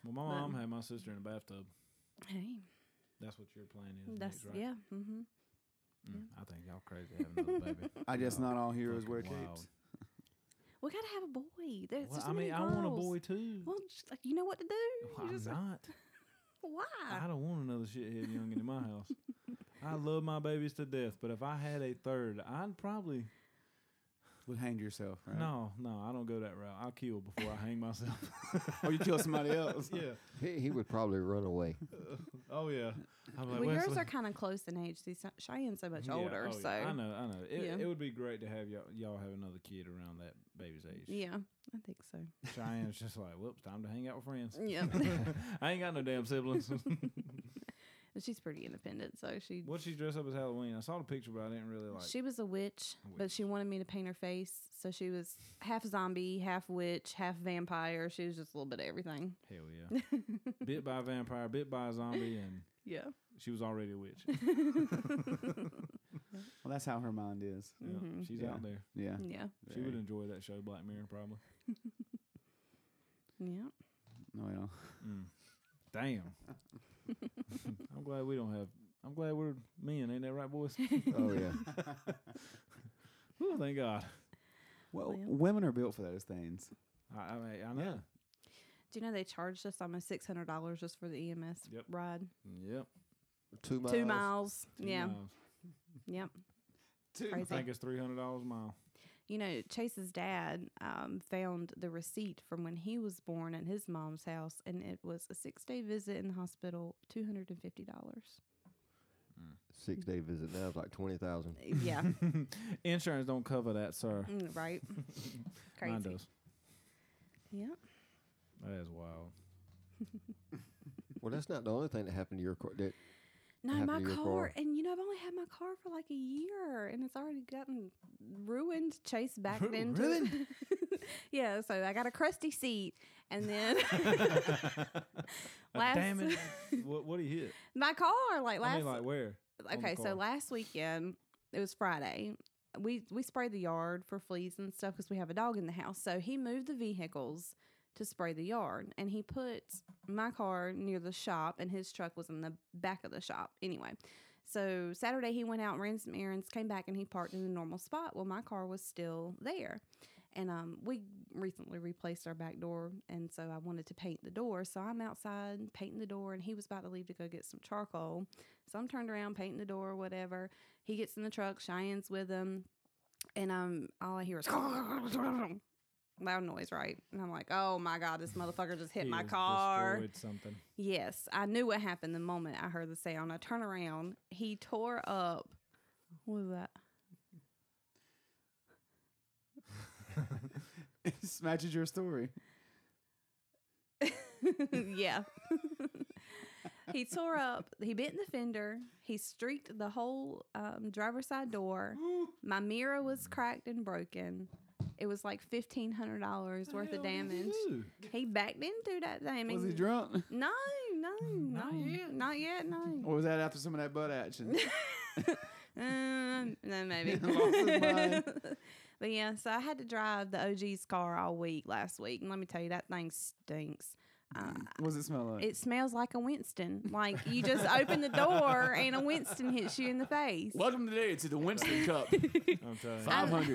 S4: Well, my
S1: But-
S4: mom had my sister in a bathtub.
S1: hey,
S4: That's what your plan is.
S1: that's
S4: next, right?
S1: yeah. hmm
S4: Mm, I think y'all crazy to have another baby.
S2: I guess
S4: Y'all
S2: not all heroes
S4: fucking
S2: wear
S4: wild.
S2: capes.
S1: We got to have a boy. There's
S4: Well,
S1: just
S4: I mean, I want a boy too.
S1: Well, just, like, you know what to do.
S4: Well,
S1: You
S4: I'm
S1: just- Ah.
S4: not.
S1: Why?
S4: I don't want another shithead youngin in my house. I love my babies to death, but if I had a third, I'd probably
S2: Would hang yourself, right?
S4: no, no. I don't go that route. I'll kill before I hang myself.
S2: Or you kill somebody else.
S4: yeah.
S3: He, he would probably run away.
S4: Oh yeah. I'm
S1: well, yours
S4: "Wesley."
S1: are kind of close in age. See, Sh- Cheyenne's so much
S4: Yeah,
S1: older,
S4: oh, yeah.
S1: so
S4: I know, I know. It,
S1: Yeah.
S4: it would be great to have y'all, y'all have another kid around that baby's age.
S1: yeah, I think so.
S4: Cheyenne's just like, whoops, time to hang out with friends.
S1: Yeah,
S4: I ain't got no damn siblings.
S1: But she's pretty independent, so she
S4: what she dressed up as Halloween? I saw the picture, but I didn't really like.
S1: she was a witch,
S4: A
S1: but she wanted me to paint her face, so she was half zombie, half witch, half vampire. She was just a little bit of everything.
S4: Hell yeah. bit by a vampire, bit by a zombie, and
S1: Yeah,
S4: she was already a witch.
S2: Well, that's how her mind is.
S4: Yeah,
S1: Mhm.
S4: she's
S2: Yeah.
S4: out there.
S2: Yeah.
S1: yeah,
S4: She would
S2: Very.
S4: enjoy that show, Black Mirror, probably.
S1: yeah.
S2: Well,
S4: Mm. Damn. I'm glad we don't have. I'm glad we're men, ain't that right, boys?
S3: Oh yeah.
S4: Whew, thank God.
S2: well,
S1: Well.
S2: women are built for those things.
S4: I, I, mean, I know.
S1: Do you know they charged us almost six hundred dollars just for the EMS
S4: Yep.
S1: ride?
S4: Yep.
S3: Two miles.
S1: Two miles.
S4: Two
S1: yeah,
S4: miles.
S1: yep.
S4: I
S1: Crazy.
S4: think it's three hundred dollars a mile.
S1: You know, Chase's dad um, found the receipt from when he was born at his mom's house, and it was a six day visit in the hospital, two hundred and fifty dollars.
S3: Six day visit now is like twenty thousand.
S1: Yeah,
S4: Insurance don't cover that, sir.
S1: Mm, right. Crazy.
S4: Mine does.
S1: Yeah.
S4: That is wild.
S3: Well, that's not the only thing that happened to your car. That
S1: No,
S3: Happened
S1: my
S3: to your
S1: car,
S3: car?
S1: and you know, I've only had my car for like a year, and it's already gotten ruined. Chase backed
S4: Ru-
S1: into
S4: ruined?
S1: yeah, so I got a crusty seat, and then
S4: Uh,
S1: Last-
S4: damn it! what what do you hit?
S1: my car, like last
S4: I mean, like where? on the
S1: okay, so
S4: car.
S1: last weekend it was Friday. We we sprayed the yard for fleas and stuff because we have a dog in the house. So he moved the vehicles to spray the yard, and he put my car near the shop, and his truck was in the back of the shop. Anyway, so Saturday he went out, ran some errands, came back, and he parked in the normal spot. Well, my car was still there. And um, we recently replaced our back door, and so I wanted to paint the door. So I'm outside painting the door, and he was about to leave to go get some charcoal. So I'm turned around, painting the door, whatever. He gets in the truck, Cheyenne's with him, and um, all I hear is loud noise, right? And I'm like, oh my god, this motherfucker just hit
S4: He
S1: my
S4: has
S1: car.
S4: Destroyed something.
S1: Yes, I knew what happened the moment I heard the sound. I turn around. He tore up. What was that?
S2: It just matches your story.
S1: yeah. he tore up. He bent the fender. He streaked the whole um, driver's side door. My mirror was cracked and broken. It was like fifteen hundred dollars worth of
S4: Hell, yeah,
S1: damage.
S4: dude.
S1: He backed into that damn.
S2: Was he
S1: and-
S2: drunk?
S1: No, no, no,
S4: Not yet.
S1: not yet, no.
S2: Or was that after some of that butt action?
S1: um, no, maybe.
S2: Lost his mind.
S1: but yeah, so I had to drive the OG's car all week last week, and let me tell you, that thing stinks. Uh,
S2: what does it smell
S4: Mm.
S2: like?
S1: it smells like a Winston. Like you just open the door and a Winston hits you in the face.
S2: Welcome today to the Winston Cup.
S4: I'm telling you,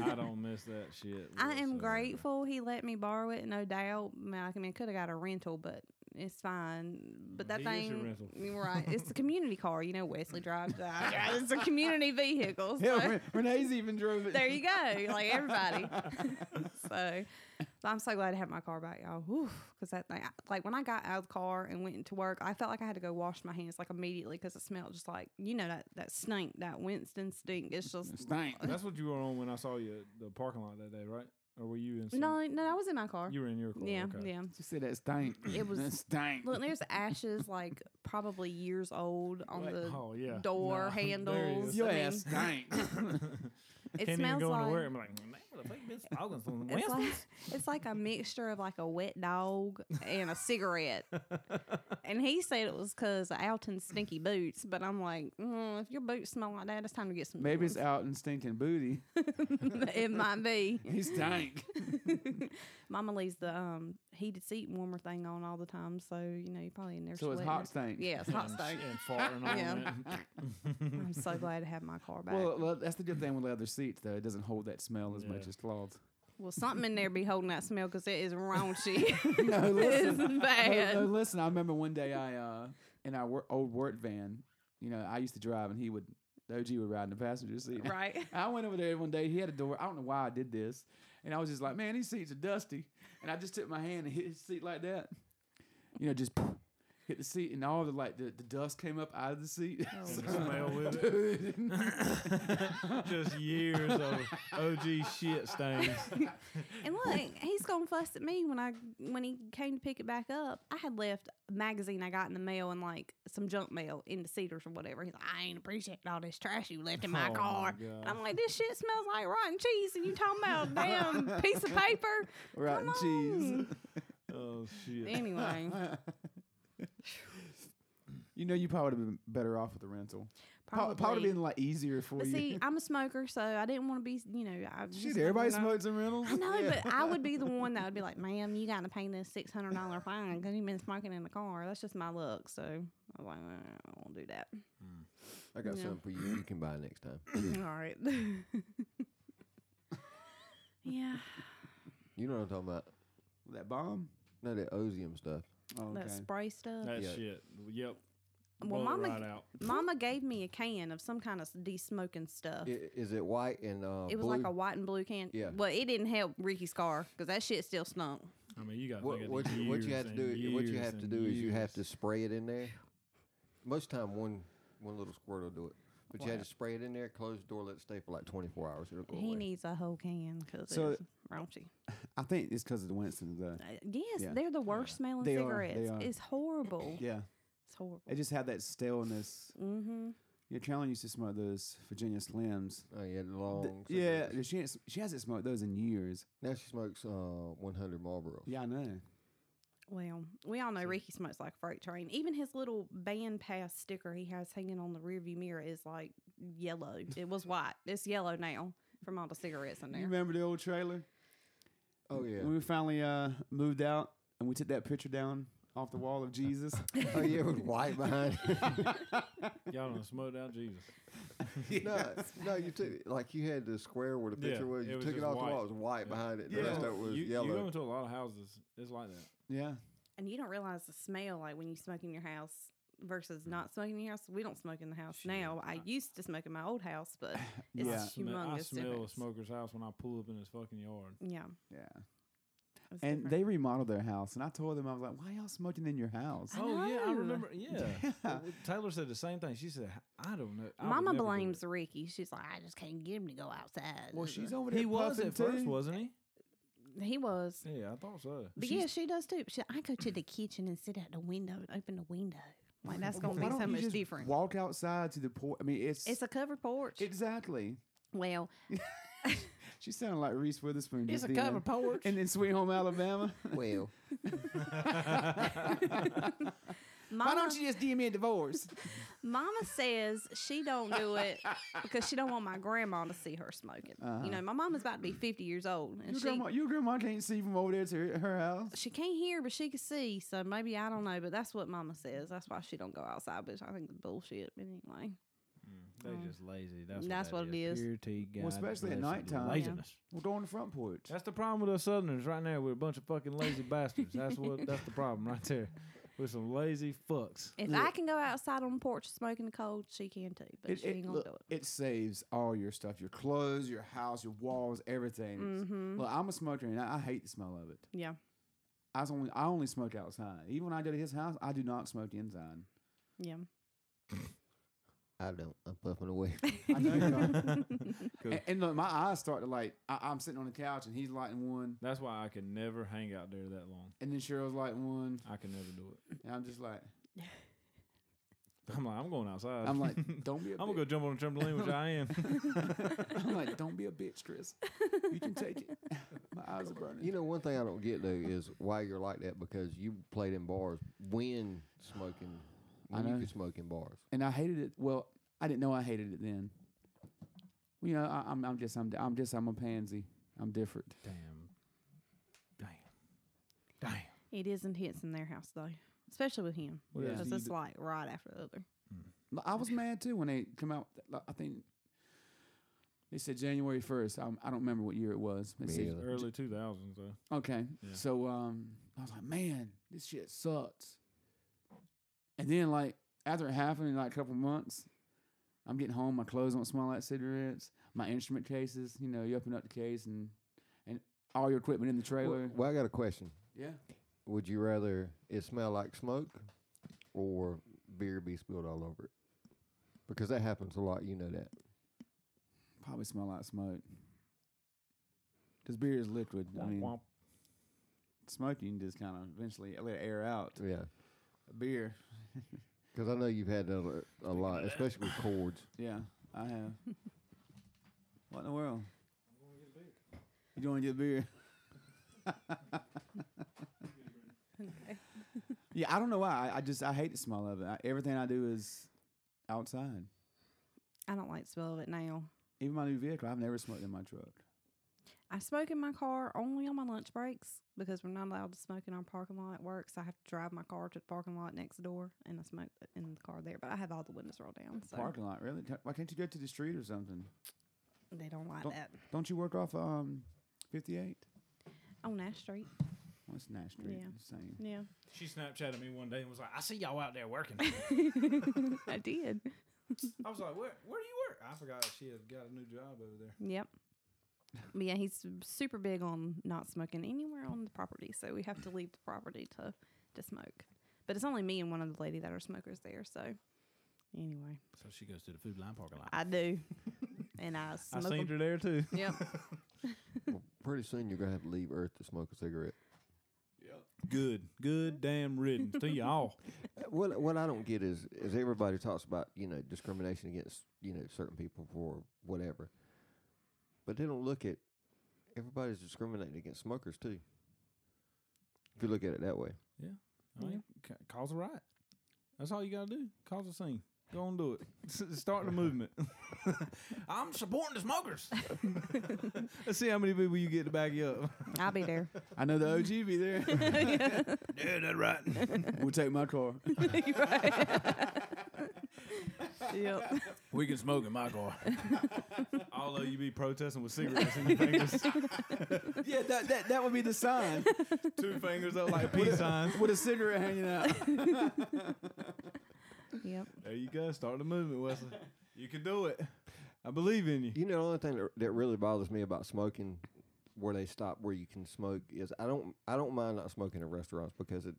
S2: 500.
S4: I don't miss that shit.
S1: I am
S4: whatsoever.
S1: grateful he let me borrow it, no doubt. Man, I mean, I could have got a rental, but it's fine. But that
S4: He is your
S1: thing,
S4: rental.
S1: you were right? It's a community car, you know. Wesley drives that. it's a community vehicle. So
S2: Hell, Ren- Renee's even drove it.
S1: there you go, like everybody. so, but I'm so glad to have my car back, y'all. Because that thing, like when I got out of the car and went into work, I felt like I had to go wash my hands like immediately because it smelled just like you know that that stink, that Winston stink. It's just
S2: Stank.
S4: That's what you were on when I saw you at the parking lot that day, right? Or were you in? some-
S1: no, no. I was in my car.
S4: you were in your car.
S1: yeah,
S4: okay.
S1: yeah.
S2: She said that stank.
S1: It was-
S2: That stank.
S1: Look, there's ashes like probably years old on
S4: Like,
S1: the
S4: oh yeah,
S1: door
S4: Nah, there he
S1: handles.
S4: is.
S1: Yo,
S2: Your
S1: I mean-
S2: ass stank.
S1: it
S4: Can't even
S1: smells
S4: go into work.
S1: like
S4: I'm like, man, what the fuck, been smoking some
S1: it's,
S4: Winston?"
S1: like it's like a mixture of like a wet dog and a cigarette. and he said it was because Alton's stinky boots, but I'm like, mm, if your boots smell like that, it's time to get some. new
S2: Maybe it's
S1: ones."
S2: out and stinking booty.
S1: it might be.
S2: He stank.
S1: Mama leaves the um heated seat warmer thing on all the time, so you know you probably in there.
S2: so it's
S1: sweating.
S2: hot Oh, stank.
S1: Yeah, it's hot
S4: And-
S1: stone.
S4: and farting on
S1: Yeah.
S4: it.
S1: I'm so glad to have my car back.
S2: Well, well, that's the good thing with leather seats, though. It doesn't hold that smell as
S4: Yeah.
S2: much as cloth.
S1: Well, something in there be holding that smell because it is raunchy.
S2: No, listen.
S1: it's
S2: No,
S1: bad.
S2: no, listen, I remember one day I uh in our wor- old work van, you know, I used to drive and he would OG would ride in the passenger seat.
S1: Right.
S2: I went over there one day, he had a door. I don't know why I did this. And I was just like, Man, these seats are dusty. And I just took my hand and hit his seat like that. You know, just hit the seat and all the like the, the dust came up out of the seat.
S1: Oh,
S2: So-
S1: God.
S4: Smell with it.
S2: Dude.
S4: Just years of OG shit stains.
S1: And look, he's gonna fuss at me when I when he came to pick it back up. I had left a magazine I got in the mail and like some junk mail in the cedars or whatever. He's like, I ain't appreciating all this trash you left in my
S4: Oh, my
S1: car.
S4: gosh.
S1: and I'm like, this shit smells like rotten cheese, and you talking about a damn piece of paper?
S2: Rotten
S1: Come
S2: cheese.
S4: Oh shit.
S1: Anyway,
S2: You know, you probably would have been better off with the rental. Probably,
S1: probably.
S2: probably been like easier for
S1: but
S2: you.
S1: see, I'm a smoker, so I didn't want to be, you know, I was
S2: Shit,
S1: just-
S2: everybody
S1: you know.
S2: smokes in rentals.
S1: I know,
S2: Yeah.
S1: but I would be the one that would be like, "Ma'am, you got to pay this six hundred dollar fine because you've been smoking in the car." That's just my luck, so I was like, "Uh, I won't do that.
S3: I got
S1: Yeah.
S3: something for you. You can buy next time.
S1: All right. yeah,
S3: You know what I'm talking about?
S2: that bomb.
S3: No, that osium stuff.
S2: Oh,
S1: that spray stuff.
S4: That
S3: Yeah.
S4: shit. Yep.
S1: Well,
S4: Well,
S1: mama-
S4: right out.
S1: Mama gave me a can of some kind of de-smoking stuff.
S3: I-
S1: It,
S3: Is it white and uh,
S1: was
S3: blue?
S1: like a white and blue can.
S3: Yeah.
S1: Well, it didn't help Ricky's car because that shit still stunk.
S4: I mean, you got
S3: What, what, you, what you have to do? What you have to do is you have to spray it in there. Most time, one one little squirt will do it. But you had
S2: Wow.
S3: to spray it in there, close the door, let it stay for like 24 hours. It'll go
S1: He
S3: away.
S1: needs a whole can because
S2: So-
S1: it's raunchy.
S2: I think it's because of the Winston though.
S1: Uh, yes,
S2: Yeah.
S1: they're the worst smelling
S2: They are, they
S1: cigarettes.
S2: are.
S1: It's horrible.
S2: Yeah,
S1: It's horrible.
S2: it just had that staleness.
S1: Mm-hmm.
S2: Your Carolyn used to smoke those Virginia Slims.
S3: Oh, yeah, the
S2: Th-
S3: long.
S2: yeah,
S3: cigarettes.
S2: she ain't, she hasn't smoked those in years.
S3: Now she smokes uh, 100 Marlboros.
S2: Yeah, I know.
S1: Well, we all know Ricky smokes like a freight train. Even his little band pass sticker he has hanging on the rearview mirror is like yellow. It was white. It's yellow now from all the cigarettes in
S2: You
S1: there.
S2: remember the old trailer?
S3: Oh yeah.
S2: When we finally uh, moved out and we took that picture down off the wall of Jesus.
S3: oh yeah, with white behind.
S4: Y'all done smoked out Jesus.
S3: no, no, you took like you had the square where the
S4: Yeah,
S3: picture was.
S4: it
S3: You
S4: was
S3: took it
S4: just
S3: off the
S4: white.
S3: wall. It was white behind it. The
S2: Yeah.
S3: rest of it was
S4: you, You go
S3: yellow.
S4: into a lot of houses, it's like that.
S2: yeah,
S1: And you don't realize the smell like when you smoke in your house versus not smoking in your house. We don't smoke in the house
S4: Shit,
S1: now. I
S4: I-
S1: used to smoke in my old house, but it's
S2: yeah,
S4: I
S1: humongous.
S4: smell, I smell a
S1: difference.
S4: smoker's house when I pull up in his fucking yard.
S1: Yeah.
S2: yeah.
S1: it's
S2: And
S1: different.
S2: they remodeled their house, and I told them I was like, "Why y'all smoking in your house?"
S1: I
S4: oh yeah, I
S1: know.
S4: remember. Yeah. Uh,
S2: Yeah.
S4: Taylor said the same thing. She said, "I don't know." I would
S1: Mama
S4: never do
S1: blames
S4: it."
S1: Ricky. She's like, I just can't get him to go outside.
S2: Well, she's over there.
S4: He was
S2: puffing
S4: at first,
S2: too.
S4: wasn't he?
S1: He was.
S4: Yeah, I thought so.
S1: But yeah, she does too. She, I go to the kitchen and sit at the window and open the window. Like that's
S2: Why
S1: gonna be
S2: don't
S1: so
S2: you
S1: much
S2: just
S1: different.
S2: Walk outside to the porch. I mean, it's
S1: it's a covered porch.
S2: exactly.
S1: well,
S2: She sounded like Reese Witherspoon.
S5: It's
S2: just
S5: a
S2: then.
S5: covered porch.
S2: And then Sweet Home Alabama.
S3: Well,
S5: Why
S1: Mama,
S5: don't you just DM me a divorce?
S1: Mama says she don't do it because she don't want my grandma to see her smoking. You know, my mama's about to be fifty years old, and
S2: Uh-huh. Your
S1: she
S2: grandma, your grandma can't see from over there to her- her house.
S1: she can't hear, but she can see. So maybe I don't know, but that's what Mama says. That's why she don't go outside. But I think it's bullshit. But anyway,
S4: They're
S1: Mm.
S4: just lazy. That's,
S1: That's
S4: what,
S1: what it is.
S2: Well, especially at nighttime. Yeah.
S4: Laziness.
S2: We'll go on the front porch.
S4: That's the problem with us Southerners right now. We're a bunch of fucking lazy bastards. That's what. That's the problem right there. We're some lazy fucks.
S1: if I can go outside on the porch smoking the cold, she can too. But
S2: It,
S1: she ain't
S2: it,
S1: gonna
S2: look,
S1: do it.
S2: it saves all your stuff your clothes, your house, your walls, everything.
S1: Mm-hmm.
S2: Look, I'm a smoker and I, I hate the smell of it.
S1: Yeah,
S2: I was only I only smoke outside. Even when I go to his house, I do not smoke inside.
S1: yeah.
S3: I don't. I'm puffing away.
S2: I know you don't. and, and look, my eyes start to like. I, I'm sitting on the couch and he's lighting one,
S4: That's why I can never hang out there that long.
S2: and then Cheryl's lighting one,
S4: I can never do it.
S2: and I'm just like,
S4: I'm like, I'm going outside.
S2: I'm like, don't be. A
S4: I'm gonna go jump on a trampoline, which I am.
S2: I'm like, don't be a bitch, Chris. You can take it. My eyes are burning.
S3: You know, one thing I don't get though is why you're like that because you played in bars when smoking.
S2: I
S3: When you
S2: know.
S3: could smoke in bars.
S2: and I hated it. Well, I didn't know I hated it then. You know, I, I'm, I'm just, I'm, I'm just, I'm a pansy. I'm different.
S4: Damn. Damn. Damn.
S1: It is intense in their house though, especially with him
S4: What else
S1: because
S4: do you
S1: it's
S4: do?
S1: like right after the other.
S2: L- I was mad too when they come out. like, I think they said January first. I don't remember what year it was. They
S3: Me
S2: said-
S3: either.
S4: Early 2000s, though.
S2: Okay.
S4: Yeah.
S2: So um, I was like, man, this shit sucks. And then like after it happened in like a couple months, I'm getting home. My clothes don't smell like cigarettes. My instrument cases, you know, you open up the case and and all your equipment in the trailer.
S3: Well, well, I got a question.
S2: yeah.
S3: Would you rather it smell like smoke or beer be spilled all over it? Because that happens a lot. You know that.
S2: Probably smell like smoke. Because beer is liquid. I
S4: Womp
S2: mean,
S4: womp.
S2: smoke you can just kind of eventually let it air out.
S3: Yeah.
S2: Beer.
S3: Because I know you've had that a- a lot, especially with cords.
S2: Yeah, I have. what in the world? You going to get a beer? yeah, I don't know why. I, I just I hate the smell of it. I, everything I do is outside.
S1: I don't like the smell of it now.
S2: Even my new vehicle, I've never smoked in my truck.
S1: I smoke in my car only on my lunch breaks because we're not allowed to smoke in our parking lot at work. So I have to drive my car to the parking lot next door and I smoke in the car there. But I have all the windows rolled down, so
S2: Parking lot, really? Ca- Why can't you go to the street or something?
S1: they don't like
S2: Don't-
S1: that
S2: Don't you work off um, 58?
S1: on Nash Street.
S2: Well, it's Nash Street.
S1: Yeah.
S2: the Same.
S1: Yeah,
S4: She Snapchatted me one day and was like, I see y'all out there working.
S1: I did.
S4: I was like, where, where do you work? I forgot she had got a new job over there.
S1: Yep. But yeah, he's super big on not smoking anywhere on the property, so we have to leave the property to to smoke. But it's only me and one other lady that are smokers there. So anyway,
S4: So she goes to the food line parking lot.
S1: I do, and I
S4: I
S1: smoke.
S4: seen
S1: 'em.
S4: her there, too.
S1: Yep.
S3: well, pretty soon you're gonna have to leave Earth to smoke a cigarette.
S4: Good. Good damn riddance to y'all.
S3: What what I don't get is is everybody talks about you know discrimination against you know certain people for whatever, but they don't look at everybody's discriminating against smokers too. If you look at it that way,
S4: I mean, ca- Oh, cause a riot. That's all you got to do. Cause a scene. Go and do it. S- Start the movement. I'm supporting the smokers. Let's see how many people you get to back you up.
S1: I'll be there.
S2: I know the OG be there.
S4: Yeah, that's right.
S2: we'll take my car.
S1: yep.
S4: We can smoke in my car. Although you be protesting with cigarettes in your fingers,
S2: yeah, that, that that would be the sign.
S4: two fingers up like peace signs.
S2: with a cigarette hanging out.
S1: Yep.
S4: There you go. Start the movement, Wesley. You can do it. I believe in you.
S3: you know the only thing that, that really bothers me about smoking, where they stop where you can smoke is I don't I don't mind not smoking in restaurants because it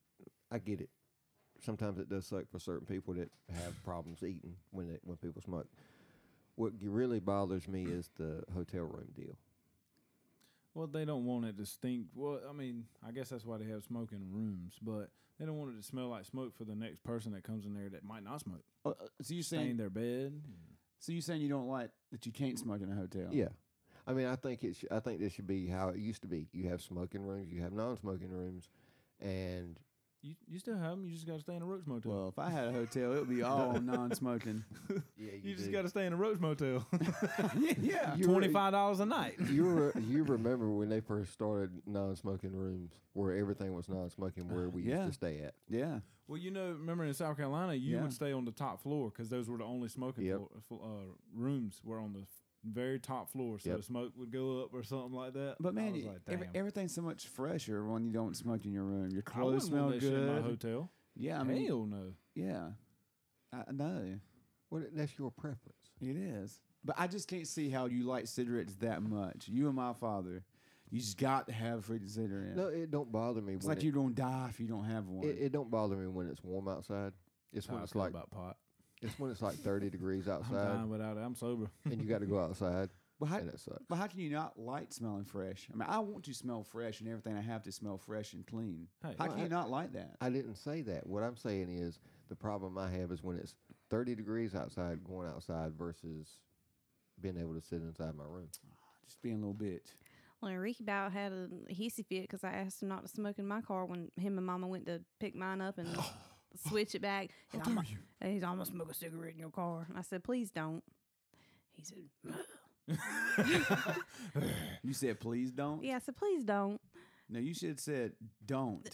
S3: I get it. Sometimes it does suck for certain people that have problems eating when they, when people smoke. What g- really bothers me is the hotel room deal.
S4: Well, they don't want it to stink. Well, I mean, I guess that's why they have smoke in rooms, but they don't want it to smell like smoke for the next person that comes in there that might not smoke.
S2: Uh, uh, so you
S4: Stay in
S2: saying
S4: their bed.
S2: so you saying you don't like that you can't smoke in a hotel?
S3: Yeah. I mean, I think it. Sh- I think this should be how it used to be. You have smoking rooms, you have non-smoking rooms, and
S4: You, you still have them. You just got to stay in a roach motel.
S2: Well, if I had a hotel, it would be all non-smoking.
S3: yeah,
S4: you just got to stay in a roach motel.
S2: yeah,
S3: You were-
S4: Twenty five dollars a night.
S3: you re- you remember when they first started non-smoking rooms, where everything was non-smoking, where we
S2: Yeah.
S3: used to stay at.
S2: yeah.
S4: Well, you know, remember in South Carolina, you
S2: Yeah.
S4: would stay on the top floor because those were the only smoking
S3: Yep.
S4: floor, fl- uh, rooms were on the f- very top floor, so
S3: Yep.
S4: the smoke would go up or something like that.
S2: But
S4: I
S2: man,
S4: was
S2: y-
S4: like,
S2: every,
S4: "Damn."
S2: everything's so much fresher when you don't smoke in your room. Your
S4: I
S2: clothes
S4: wouldn't
S2: smell
S4: want that shit in my
S2: good.
S4: hotel.
S2: Yeah, I mean,
S4: Hell no.
S2: yeah, I know
S3: Well, that's your preference.
S2: it is. But I just can't see how you like cigarettes that much. You and my father, you just got to have a freaking cigarette.
S3: No, it don't bother me.
S2: it's
S3: when
S2: like
S3: it,
S2: you're gonna die if you don't have one.
S3: It, it don't bother me when it's warm outside. It's
S4: How
S3: when
S4: I
S3: it's
S4: feel
S3: like
S4: about pot.
S3: it's when it's like thirty degrees
S4: I'm
S3: outside,
S4: dying without it. I'm sober.
S3: and you got to go outside,
S2: but how,
S3: and it sucks.
S2: but how can you not like smelling fresh? I mean, I want to smell fresh and everything. I have to smell fresh and clean.
S4: Hey,
S2: how
S3: well,
S2: can
S3: I-
S2: you not like that?
S3: I didn't say that. What I'm saying is the problem I have is when it's 30 degrees outside, going outside versus being able to sit inside my room.
S2: Just being a little bitch.
S1: Well, Ricky Bow had a hissy fit because I asked him not to smoke in my car when him and Mama went to pick mine up and switch it back.
S4: Oh,
S1: And I'm, like- and he's almost smoke a cigarette in your car. And I said, please don't. He said,
S2: You said please don't.
S1: yeah. I said, please don't.
S2: No, you should have said don't.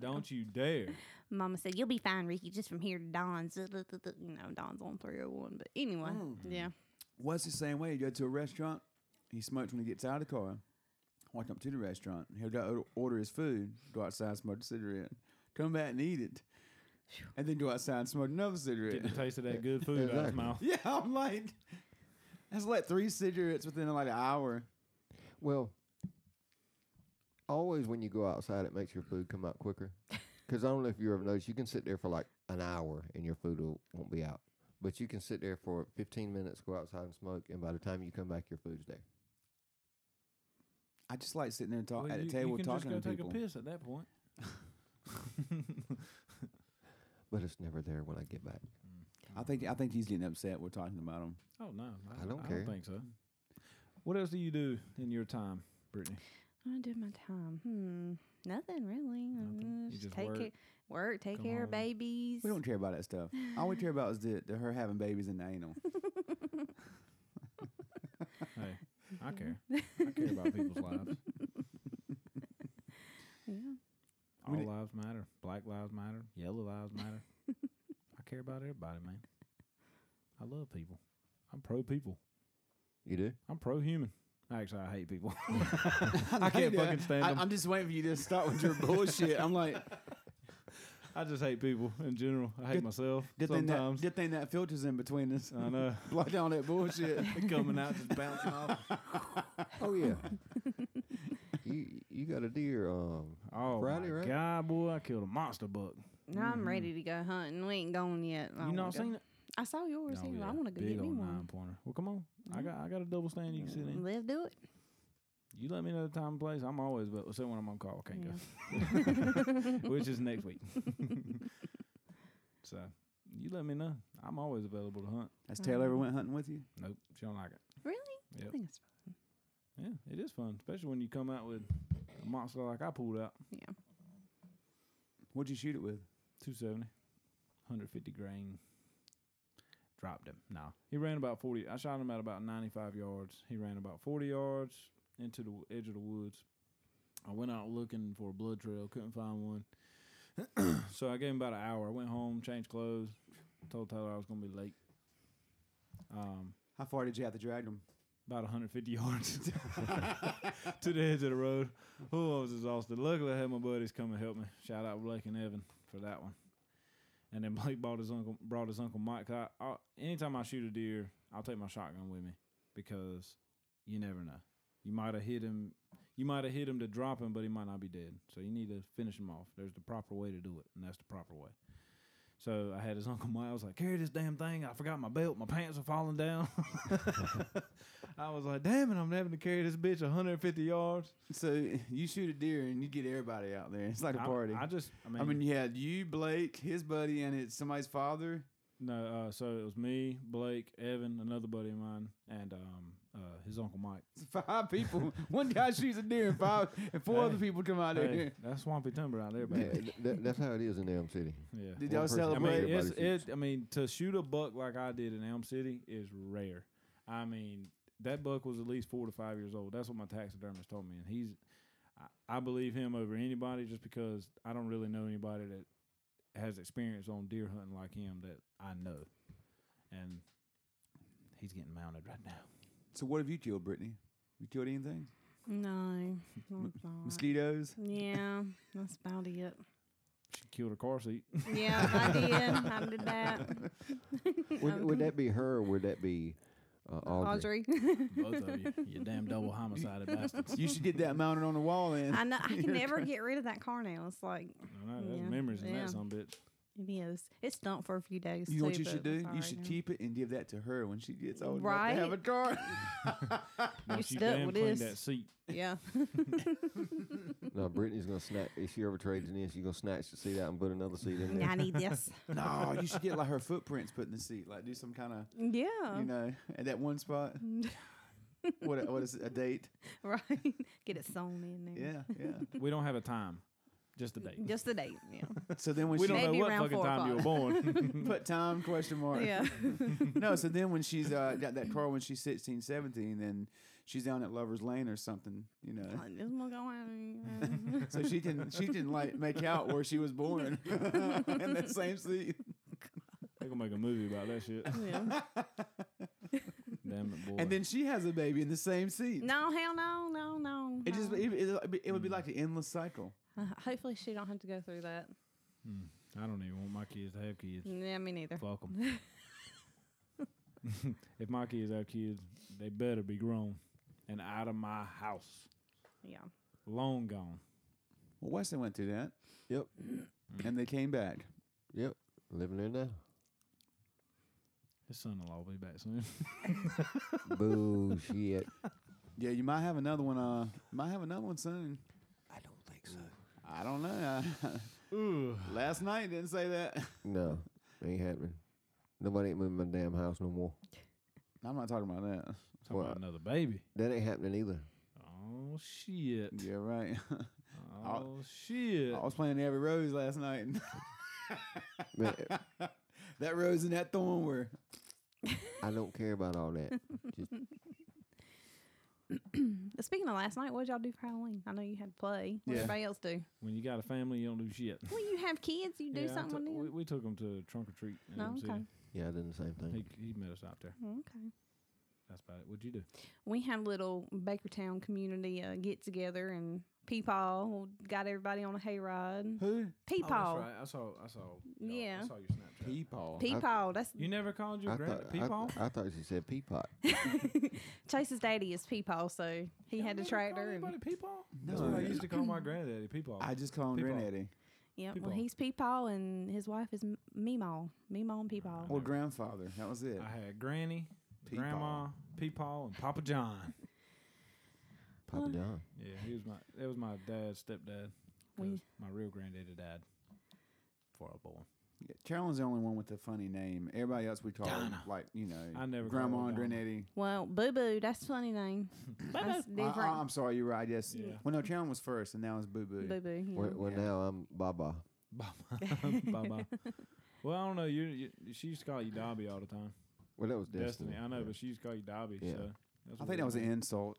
S4: don't you dare.
S1: Mama said, you'll be fine, Ricky, just from here to Don's. You know, Don's on 301. But anyway, yeah.
S2: What's the same way? You go to a restaurant, he smokes when he gets out of the car. Walk up to the restaurant, he'll go order his food, go outside, smoke a cigarette, come back and eat it, and then go outside and smoke another cigarette.
S4: Get the taste of that good food out of his
S3: Exactly.
S4: mouth.
S2: yeah, I'm like, that's like three cigarettes within like an hour.
S3: Well, always when you go outside, it makes your food come out quicker. Because I don't know if you ever noticed, you can sit there for like an hour and your food will, won't be out. But you can sit there for 15 minutes, go outside and smoke, and by the time you come back, your food's there.
S2: I just like sitting there and talk
S4: Well,
S2: at a
S4: you-
S2: table
S4: you can
S2: talking
S4: just
S2: to
S4: go
S2: people.
S4: take a piss at that point.
S3: But it's never there when I get back.
S2: I think I think he's getting upset. We're talking about him.
S4: Oh no, I,
S3: I don't
S4: I
S3: care.
S4: don't think so. What else do you do in your time, Brittany?
S1: I do my time. Hmm. Nothing really.
S4: Nothing.
S1: Uh,
S4: You
S1: Just,
S4: just
S1: take
S4: work,
S1: care. Work. Take
S4: come
S1: care
S4: home.
S1: of babies.
S2: We don't care about that stuff. All we care about is the, the her having babies and the anal.
S4: Hey, I care. I care about people's lives.
S1: Yeah.
S4: All
S2: When it-
S4: lives matter. Black lives matter. Yellow lives matter. I care about everybody, man. I love people. I'm pro people.
S3: You do?
S4: I'm pro human. Actually, I hate people. I can't fucking stand
S2: I,
S4: them.
S2: I'm just waiting for you to start with your bullshit. I'm like,
S4: I just hate people in general. I hate
S2: Good-
S4: myself
S2: Good thing, that,
S4: sometimes.
S2: good thing that filters in between us.
S4: I know.
S2: Block down that bullshit.
S4: Coming out just bouncing off.
S3: Oh, yeah. you you got a deer. Um,
S4: Oh
S3: Friday,
S4: my
S3: right?
S4: god, boy! I killed a monster buck.
S1: Now I'm ready to go hunting. We ain't gone yet. I
S4: You
S1: wanna
S4: not
S1: go.
S4: seen it?
S1: I saw yours.
S4: Oh,
S1: either. I
S4: yeah.
S1: want to go
S4: Big
S1: get me
S4: old
S1: one. Mm-hmm.
S4: nine pointer. Well, come on. I got I got a double stand you can sit in.
S1: Let's do it.
S4: You let me know the time and place. I'm always but so when I'm on call, I can't go. Which is next week. so you let me know. I'm always available to hunt.
S2: Has Taylor ever went hunting with you?
S4: Nope, she don't like it.
S1: Really?
S4: Yep.
S1: I think it's
S4: Yeah, it is fun, especially when you come out with a monster like I pulled out.
S2: What'd you shoot it with?
S4: 270, 150 grain. Dropped him. No, he ran about 40. I shot him at about 95 yards. He ran about 40 yards into the w- edge of the woods. I went out looking for a blood trail, couldn't find one. so I gave him about an hour. I went home, changed clothes, told Tyler I was going to be late. Um,
S2: How far did you have to drag him?
S4: about 150 yards to the edge of the road. Oh, I was exhausted. Luckily, I had my buddies come and help me. Shout out Blake and Evan for that one. And then Blake brought his uncle, brought his uncle Mike. I, I, anytime I shoot a deer, I'll take my shotgun with me because you never know. You might have hit him. You might have hit him to drop him, but he might not be dead. So you need to finish him off. There's the proper way to do it, and that's the proper way. So I had his uncle Mike. I was like, carry this damn thing. I forgot my belt. My pants are falling down. I was like, damn it, I'm having to carry this bitch 150 yards.
S2: So you shoot a deer and you get everybody out there. It's like a
S4: I-
S2: party.
S4: I, just, I mean,
S2: I mean, you had you, Blake, his buddy, and it's somebody's father.
S4: no, uh, so it was me, Blake, Evan, another buddy of mine, and um, uh, his uncle Mike.
S2: Five people. One guy shoots a deer, and five and four
S4: Hey.
S2: other people come out of
S4: Hey,
S2: here.
S4: that's Swampy Timber out there,
S3: Yeah,
S4: baby.
S3: th- th- that's how it is in Elm City.
S4: Yeah.
S2: Did
S3: One
S2: y'all
S3: person-
S4: I
S2: celebrate?
S4: mean, it's,
S3: Everybody
S4: it. I mean, to shoot a buck like I did in Elm City is rare. I mean, that buck was at least four to five years old. That's what my taxidermist told me, and he's. I, I believe him over anybody just because I don't really know anybody that has experience on deer hunting like him that I know, and he's getting mounted right now.
S2: So what have you killed, Brittany? You killed anything?
S1: No. that's
S2: Mm.
S1: not.
S2: Mosquitoes?
S1: Yeah, that's about it.
S4: She killed a car seat.
S1: Yeah, I did. I did that.
S3: Would, would that be her or would that be uh, Audrey?
S1: Audrey.
S4: Both of you, you damn double homicided bastards.
S2: you should get that mounted on the wall. Then
S1: I know. I can never get rid of that car now. It's like
S4: I know, that's
S1: Yeah,
S4: memories in
S1: yeah.
S4: that some bitch.
S1: it is. It's dumped for a few days.
S2: You know what
S1: too,
S2: you
S1: but
S2: should
S1: it's
S2: do?
S1: all
S2: You
S1: right
S2: should
S1: now.
S2: keep it and give that to her when she gets old
S1: Right?
S2: enough to have a car.
S1: You
S4: Once you
S1: stuck
S4: damn
S1: with
S4: clean
S1: this.
S4: that seat.
S1: Yeah.
S3: No, Brittany's gonna snatch. If she ever trades it in, she's gonna snatch the seat out and put another seat in there.
S1: I need this.
S2: no, you should get like her footprints put in the seat. Like do some kind of
S1: Yeah.
S2: you know at that one spot. what a, what is it, a date?
S1: Right. Get it sewn in there.
S2: Yeah, yeah.
S4: We don't have a time, just a date.
S1: Just the date. Yeah.
S2: So then when
S4: we
S2: she
S4: don't know
S1: Maybe
S4: what
S1: around
S4: fucking
S1: four
S4: time you were born.
S2: put time question mark.
S1: yeah.
S2: no, so then when she's uh, got that car when she's 16, 17, then she's down at Lover's Lane or something, you know.
S1: Like, this one going-
S2: So she can she can like make out where she was born in that same seat.
S4: They're gonna make a movie about that shit.
S1: yeah.
S4: Damn it, boy.
S2: And then she has a baby in the same seat.
S1: No, hell no, no, no.
S2: It just
S1: no.
S2: it, it, it would be like an endless cycle.
S1: Uh, hopefully she don't have to go through that.
S4: Hmm. I don't even want my kids to have kids.
S1: Yeah, me neither.
S4: Fuck 'em. if my kids have kids, they better be grown and out of my house,
S1: Yeah.
S4: long gone.
S2: Well, Wesley went through that.
S3: Yep.
S2: And they came back.
S3: Yep, living there now.
S4: His son-in-law will be back soon.
S3: Bullshit.
S2: Yeah, you might have another one. Uh, might have another one soon.
S3: I don't think so.
S2: I don't know.
S4: Ooh.
S2: Last night didn't say that.
S3: No, ain't happening. Nobody ain't moving my damn house no more.
S2: I'm not talking about that.
S4: Talking
S3: Well,
S4: about another baby.
S3: That ain't happening either.
S4: Oh shit.
S2: Yeah, right.
S4: Oh shit.
S2: I was playing every rose last night. and
S3: But
S2: that rose and that thorn were
S3: I don't care about all that. Just
S1: Speaking of last night, what did y'all do for Halloween? I know you had to play. What
S2: Yeah.
S1: did everybody else do?
S4: When you got a family, you don't do shit.
S1: When you have kids, you do
S4: Yeah, I
S1: something
S4: took-
S1: with
S4: we,
S1: them.
S4: we took him to trunk or treat. in
S1: No,
S4: Elm City.
S1: Oh, okay. Oh,
S3: yeah, I did the same thing.
S4: He, he met us out there.
S1: Okay.
S4: That's about it. What'd you do?
S1: We had a little Bakertown community uh, get together and Peepaw got everybody on a hayride.
S2: who?
S1: Peepaw.
S4: Oh, I saw. I saw.
S1: Yeah. I saw
S4: your Snapchat.
S2: Peepaw.
S1: Peepaw. That's
S4: You never called your
S3: I
S4: grand
S3: thought,
S4: peepaw?
S3: I, I thought she said peapot.
S1: Chase's daddy is Peepaw, so he had a tractor. And,
S4: peepaw?
S2: That's
S4: That's
S2: No.
S4: what
S2: what
S4: I
S2: I
S4: used to call my granddaddy peepaw.
S2: I just call him
S4: Peepaw.
S2: Granddaddy
S1: yeah, well,
S4: Peepaw.
S1: he's Peepaw, and his wife is M- Meemaw. Meemaw and Peepaw.
S2: or grandfather. That was it.
S4: I had granny,
S2: Peepaw.
S4: grandma, peepaw, and Papa John.
S3: Papa John.
S4: Yeah, he was my. That was my dad's stepdad. 'cause
S1: We-
S4: my real granddaddy died before I was born.
S2: Yeah, Carolyn's the only one with a funny name. Everybody else we call
S4: Donna.
S2: like you know.
S4: I never call her
S2: grandma and
S4: Donna.
S2: Granddaddy.
S1: Well, Boo Boo, that's a funny name. that's
S2: I,
S1: different.
S2: I, am sorry, you're right. Yes.
S4: Yeah.
S2: Well, no, Carolyn was first, and now it's Boo Boo.
S1: Boo Boo.
S3: Well, well
S2: Yeah.
S3: now I'm Baba.
S4: Bye bye. Well, I don't know. You, you she used to call you Dobby all the time.
S3: Well, that was
S4: Destiny.
S3: Destiny.
S4: I know,
S3: yeah.
S4: but she used to call you Dobby.
S3: Yeah.
S4: So that's
S2: I
S4: weird.
S2: think that was an insult.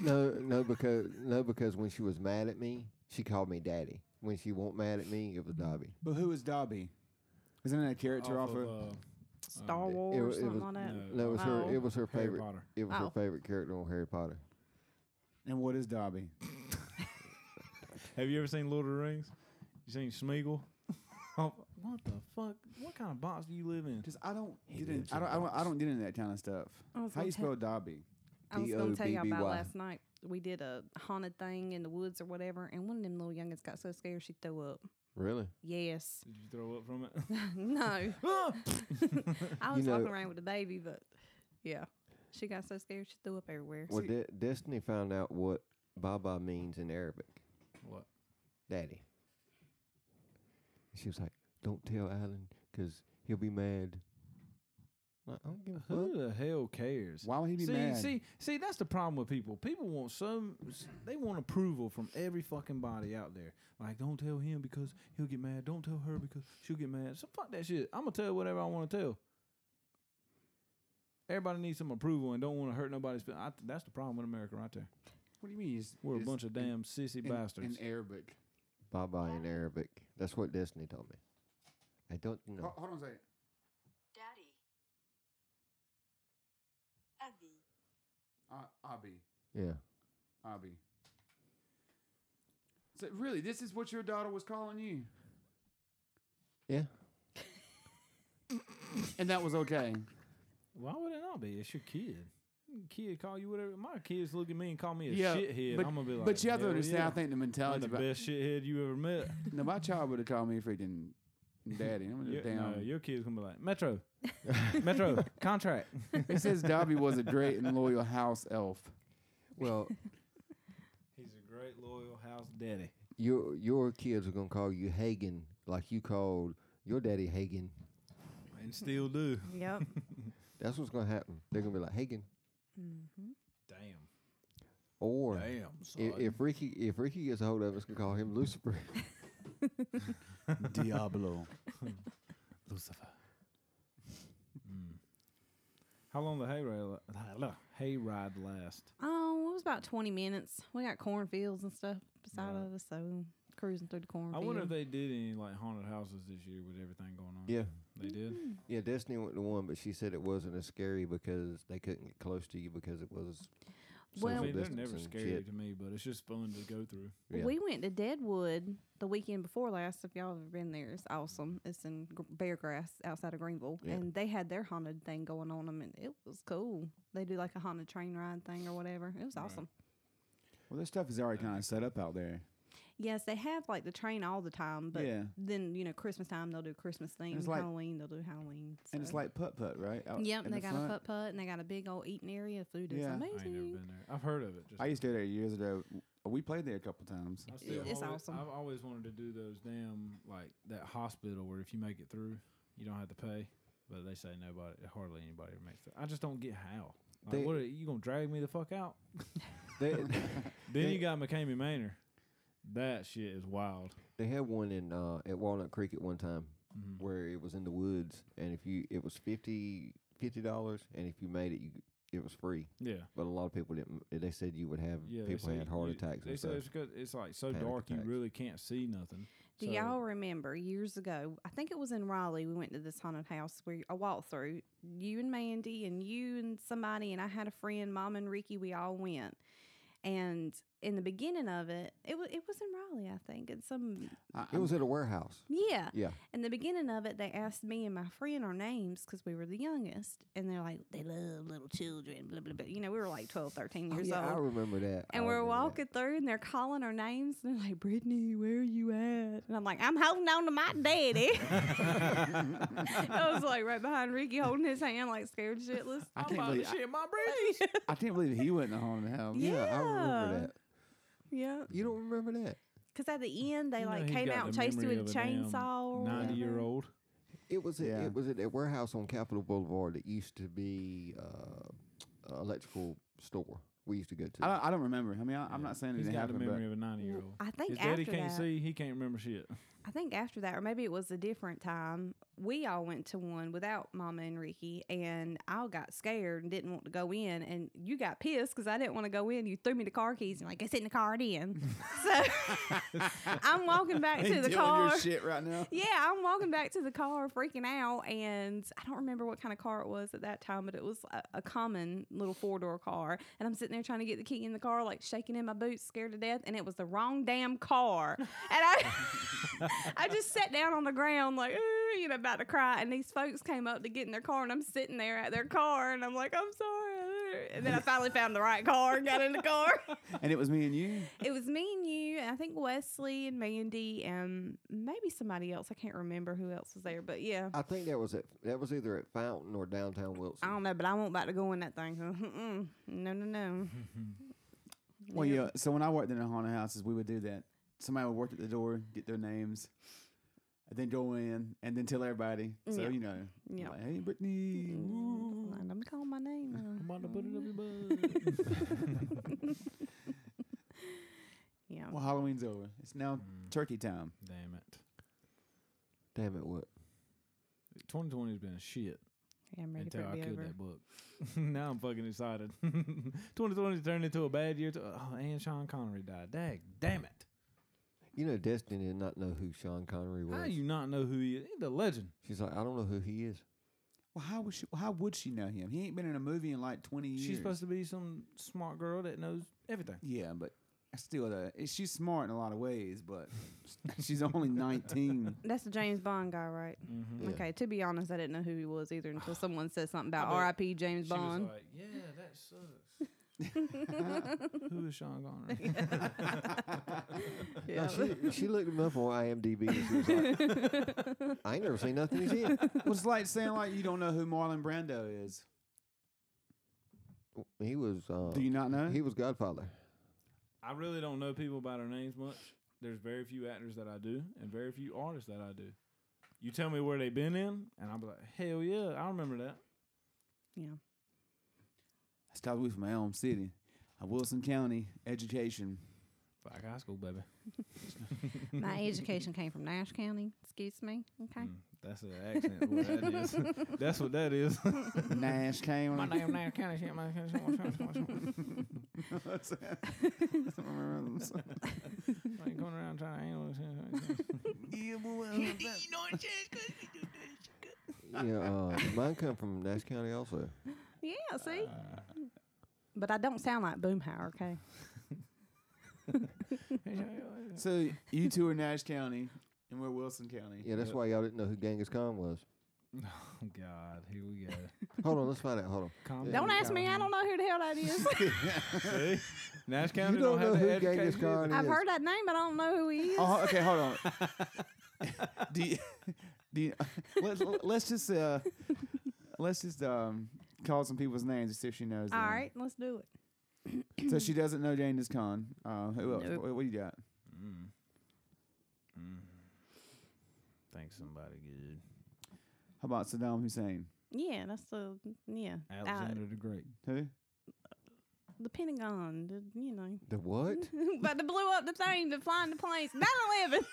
S3: No, no, because no, because when she was mad at me, she called me daddy. When she won't mad at me, it was Dobby.
S2: But who is Dobby? Isn't that a character off,
S4: Off
S2: of?
S4: uh,
S1: Star
S3: it- it
S1: Wars,
S3: was- it
S1: something like
S3: was-
S1: that.
S4: no.
S3: No, it was her. It
S1: Oh.
S3: was her
S4: Harry
S3: favorite.
S4: Potter.
S3: It was
S1: Oh.
S3: her favorite character on Harry Potter.
S2: and what is Dobby?
S4: Have you ever seen Lord of the Rings? You seen Smeagol? Oh, what the fuck? What kind of box do you live in?
S2: Because I don't
S3: He
S2: get in.
S3: lives
S2: I
S3: in
S2: don't, I don't. I
S3: box.
S2: don't get into that kind of stuff.
S1: I was
S2: How
S1: gonna
S2: you
S1: tell-
S2: spell Dobby?
S1: I was going to tell y'all about
S3: D-O-B-B-Y.
S1: last night. We did a haunted thing in the woods or whatever, and one of them little youngins got so scared she threw up.
S3: Really?
S1: Yes.
S4: Did you throw up from it?
S1: no. I was
S3: know-
S1: walking around with the baby, but yeah. She got so scared she threw up everywhere.
S3: Well,
S2: See-
S3: De- Destiny found out what Baba means in Arabic,
S4: what?
S3: daddy. She was like, "Don't tell Alan, 'cause he'll be mad." Like, I don't give a fuck.
S4: Who the hell cares?
S2: Why would he be
S4: see,
S2: mad?
S4: see, see, that's the problem with people. People want some, they want approval from every fucking body out there. Like, don't tell him because he'll get mad. Don't tell her because she'll get mad. So fuck that shit. I'm gonna tell whatever I want to tell. Everybody needs some approval and don't want to hurt nobody's. feel- I, that's the problem with America right there.
S2: What do you mean? It's-
S4: We're a
S2: it's
S4: bunch of
S2: in-
S4: damn sissy
S2: in-
S4: bastards.
S2: in Arabic.
S3: Bye bye in Arabic. That's what Destiny told me. I don't know.
S2: Ho- Hold on a second.
S5: Daddy. Abby.
S2: Uh, Abi,
S3: Yeah.
S2: Abi. So really, this is what your daughter was calling you,
S3: Yeah.
S2: and that was okay.
S4: Why would it not be? It's your kid. Kid call you whatever. My kids look at me and call me a
S2: Yeah,
S4: shithead.
S2: but-
S4: I'm gonna be like,
S2: but you have to
S4: "Hell
S2: understand.
S4: yeah.
S2: I think the
S4: I'm
S2: mentality.
S4: the
S2: about,
S4: best shithead you ever met.
S2: Now my child would have called me freaking daddy. I'm gonna
S4: Your,
S2: down.
S4: no, your kid's gonna be like Metro, Metro contract.
S2: It says Dobby was a great and loyal house elf.
S3: Well,
S4: He's a great loyal house daddy.
S3: your your kids are gonna call you Hagen like you called your daddy Hagen.
S4: And still do.
S1: Yep.
S3: That's what's gonna happen. They're gonna be like Hagen.
S1: Mm-hmm.
S4: Damn.
S3: Or i-
S4: Damn.
S3: if, Ricky if Ricky gets a hold of us, gonna call him Lucifer.
S2: Diablo.
S4: Lucifer. Mm. How long the hayride la- hayride last?
S1: Oh, it was about 20 minutes. We got cornfields and stuff beside
S4: Yeah.
S1: us, so cruising through the
S4: I
S1: cornfield.
S4: wonder if they did any like haunted houses this year with everything going on.
S3: Yeah.
S4: they did.
S3: yeah, Destiny went to one, but she said it wasn't as scary because they couldn't get close to you because it was
S1: Well-
S4: I
S3: social
S4: mean, they're
S3: distance
S4: never
S3: and
S4: scary
S3: shit.
S4: to me, but it's just fun to go through.
S3: Yeah.
S1: We went to Deadwood the weekend before last. If y'all have ever been there, it's awesome. It's in gr- Bear Grass outside of Greenville,
S3: Yeah.
S1: and they had their haunted thing going on 'em, and it was cool. They do like a haunted train ride thing or whatever. It was
S4: Right.
S1: awesome.
S2: Well, this stuff is already kind of set up out there.
S1: Yes, they have like the train all the time, but
S2: Yeah.
S1: then you know Christmas time they'll do Christmas theme,
S2: it's like-
S1: Halloween they'll do Halloween,
S2: And it's
S1: so.
S2: like putt putt, right? Out
S1: Yep,
S2: in
S1: they
S2: the
S1: got a
S2: front.
S1: putt putt and they got a big old eating area. Food is
S2: Yeah. I ain't
S4: I ain't never
S1: amazing.
S4: been there. I've heard of it. Just
S2: I used to go there years ago. We played there a couple times.
S4: I still
S1: It's
S4: always,
S1: awesome.
S4: I've always wanted to do those damn like that hospital where if you make it through, you don't have to pay. But they say nobody, hardly anybody makes it. I just don't get how. Like,
S3: They-
S4: what are you gonna drag me the fuck out?
S3: They
S4: Then
S3: They-
S4: you got McCamey Manor. That shit is wild.
S3: they had one in uh, at Walnut Creek at one time
S4: Mhm.
S3: where it was in the woods, and if you it was fifty fifty dollars, and if you made it, you it was free.
S4: Yeah,
S3: But a lot of people didn't. They said you would have
S4: yeah. they
S3: people
S4: say
S3: had heart
S4: you-
S3: attacks.
S4: They
S3: and
S4: say
S3: stuff.
S4: it's good. It's like so
S3: Panic
S4: dark
S3: attacks.
S4: you really can't see nothing.
S1: Do
S4: So-
S1: y'all remember years ago? I think it was in Raleigh. We went to this haunted house where a walk through. You and Mandy and you and somebody and I had a friend, Mom and Ricky. We all went, and in the beginning of it, it was it was in Raleigh, I think, and some
S2: I,
S3: It was at a warehouse.
S2: Oh,
S1: yeah.
S3: Yeah,
S1: In the beginning of it, they asked me and my friend our names because we were the youngest, and they're like, they love little children, blah blah blah. You know, we were like 12, 13
S3: Oh,
S1: years
S3: yeah, I
S1: old.
S3: remember that. I
S1: And we're
S3: remember that.
S1: walking through, and they're calling our names, and they're like, "Brittany, where are you at?" And I'm like, "I'm holding on to my daddy." I was like right behind Ricky, holding his hand, like scared shitless.
S2: I can't believe I,
S4: Oh, my
S2: I can't believe he went in the haunted house.
S1: Yeah.
S3: Yeah, I
S1: Yeah.
S3: remember that.
S1: yeah,
S3: You don't remember that?
S1: because at the end they
S4: You know
S1: like
S4: he's
S1: came
S4: got
S1: out and
S4: the
S1: chased you
S4: memory
S1: with a
S4: of a damn
S1: chainsaw. or
S4: Ninety year
S1: whatever.
S4: old.
S3: It was at,
S2: Yeah.
S3: it was at a warehouse on Capitol Boulevard that used to be uh, a electrical store. We used to go to.
S2: I don't, I don't remember. I mean, I, I'm not saying it
S4: He's
S2: didn't
S4: got the
S2: happen,
S4: memory
S2: but
S4: of a ninety year old.
S1: I think
S4: His
S1: after
S4: daddy can't
S1: that,
S4: see. He can't remember shit.
S1: I think after that, or maybe it was a different time, we all went to one without Mama and Ricky, and I got scared and didn't want to go in, and you got pissed because I didn't want to go in. You threw me the car keys and like, get in the car then. so I'm walking back
S2: He
S1: to the
S2: dealing
S1: car.
S2: your shit right now.
S1: Yeah, I'm walking back to the car, freaking out, and I don't remember what kind of car it was at that time, but it was a, a common little four door car. And I'm sitting there trying to get the key in the car, like shaking in my boots, scared to death, and it was the wrong damn car. And I, I just sat down on the ground, like "Ooh," you know, about to cry. And these folks came up to get in their car, and I'm sitting there at their car, and I'm like, I'm sorry. And then I finally found the right car and got in the car.
S2: And it was me and you.
S1: It was me and you, and I think Wesley and Mandy, and maybe somebody else. I can't remember who else was there, but yeah.
S3: I think that was at that was either at Fountain or downtown Wilson.
S1: I don't know, but I won't about to go in that thing. Mm-mm. No, no, no.
S2: Well,
S1: Yeah.
S2: yeah. So when I worked in the haunted houses, we would do that. Somebody would work at the door, get their names, and then go in and then tell everybody. So
S1: Yeah.
S2: you know,
S1: Yeah. Mm-hmm.
S2: like, hey Brittany, woo."
S1: Let me call my name.
S4: I'm
S1: now.
S4: about to put it up your butt.
S1: Yeah.
S2: well Halloween's over. It's now
S4: Mm.
S2: turkey time.
S4: Damn it.
S3: Damn it, what?
S4: 2020 has been a shit
S1: yeah, I'm ready for
S4: until
S1: it
S4: I
S1: to be
S4: killed
S1: over.
S4: that book. now I'm fucking excited. 2020 turned into a bad year. To, oh, and Sean Connery died. Dag, damn it.
S3: You know, Destiny did not know who Sean Connery was.
S4: How you not know who he is? He's a legend.
S3: She's like, I don't know who he is.
S2: Well, how would she? How would she know him? He ain't been in a movie in like twenty years.
S4: She's supposed to be some smart girl that knows everything.
S2: Yeah, but I still, uh, she's smart in a lot of ways, but she's only nineteen.
S1: That's the James Bond guy, right?
S4: Mm-hmm.
S3: Yeah.
S1: Okay. To be honest, I didn't know who he was either until someone said something about
S4: bet
S1: R.I.P. James
S4: She
S1: Bond.
S4: was like, yeah, that sucks. who is Sean Connery?
S1: yeah.
S3: No, she, she looked him up on IMDb. And she was like, I ain't never seen nothing he's in.
S2: well, it's like saying like you don't know who Marlon Brando is.
S3: He was. Uh,
S2: Do you not know?
S3: He was Godfather.
S4: I really don't know people by their names much. There's very few actors that I do, and very few artists that I do. You tell me where they've been in, and I'll be like, hell yeah, I remember that.
S1: yeah.
S2: I stopped away from my home city, uh, Wilson County education.
S4: Black high school, baby.
S1: My education came from Nash County. Excuse me. Okay.
S4: Mm, that's an accent. what that is. That's what that is.
S2: Nash County.
S4: name now County shit. My going around trying to
S5: Oh,
S3: Yeah, uh, mine come from Nash County also.
S1: Yeah. See.
S4: Uh.
S1: but I don't sound like Boomhauer. Okay.
S2: so you two are Nash County, and we're Wilson County.
S3: Yeah, that's
S4: Yep.
S3: why y'all didn't know who Genghis Khan was.
S4: Oh God, here we go.
S3: Hold on, let's find out. Hold on.
S4: Comedy
S1: Don't ask me. I
S4: Connery.
S1: don't know who the hell that is.
S4: See? Nash County
S3: you don't,
S4: have
S3: know
S4: the
S3: who Genghis
S4: education.
S3: Khan
S1: I've
S3: is.
S1: heard that name, but I don't know who he is.
S2: Oh, okay, hold on. do you, do you, let's let's just uh, let's just um, call some people's names to see if she knows.
S1: All
S2: them.
S1: right, let's do it.
S2: So she doesn't know Jane is Khan. Uh, who else?
S1: Nope.
S2: What, what you got?
S4: Mm. Mm.
S1: Uh,
S4: Think somebody good.
S2: How about Saddam Hussein?
S1: Yeah, that's the yeah. uh,
S4: Alexander the Great.
S2: Who?
S1: the Pentagon, the, you know,
S3: The what?
S1: but they blew up the thing, the flying the planes. 9/11.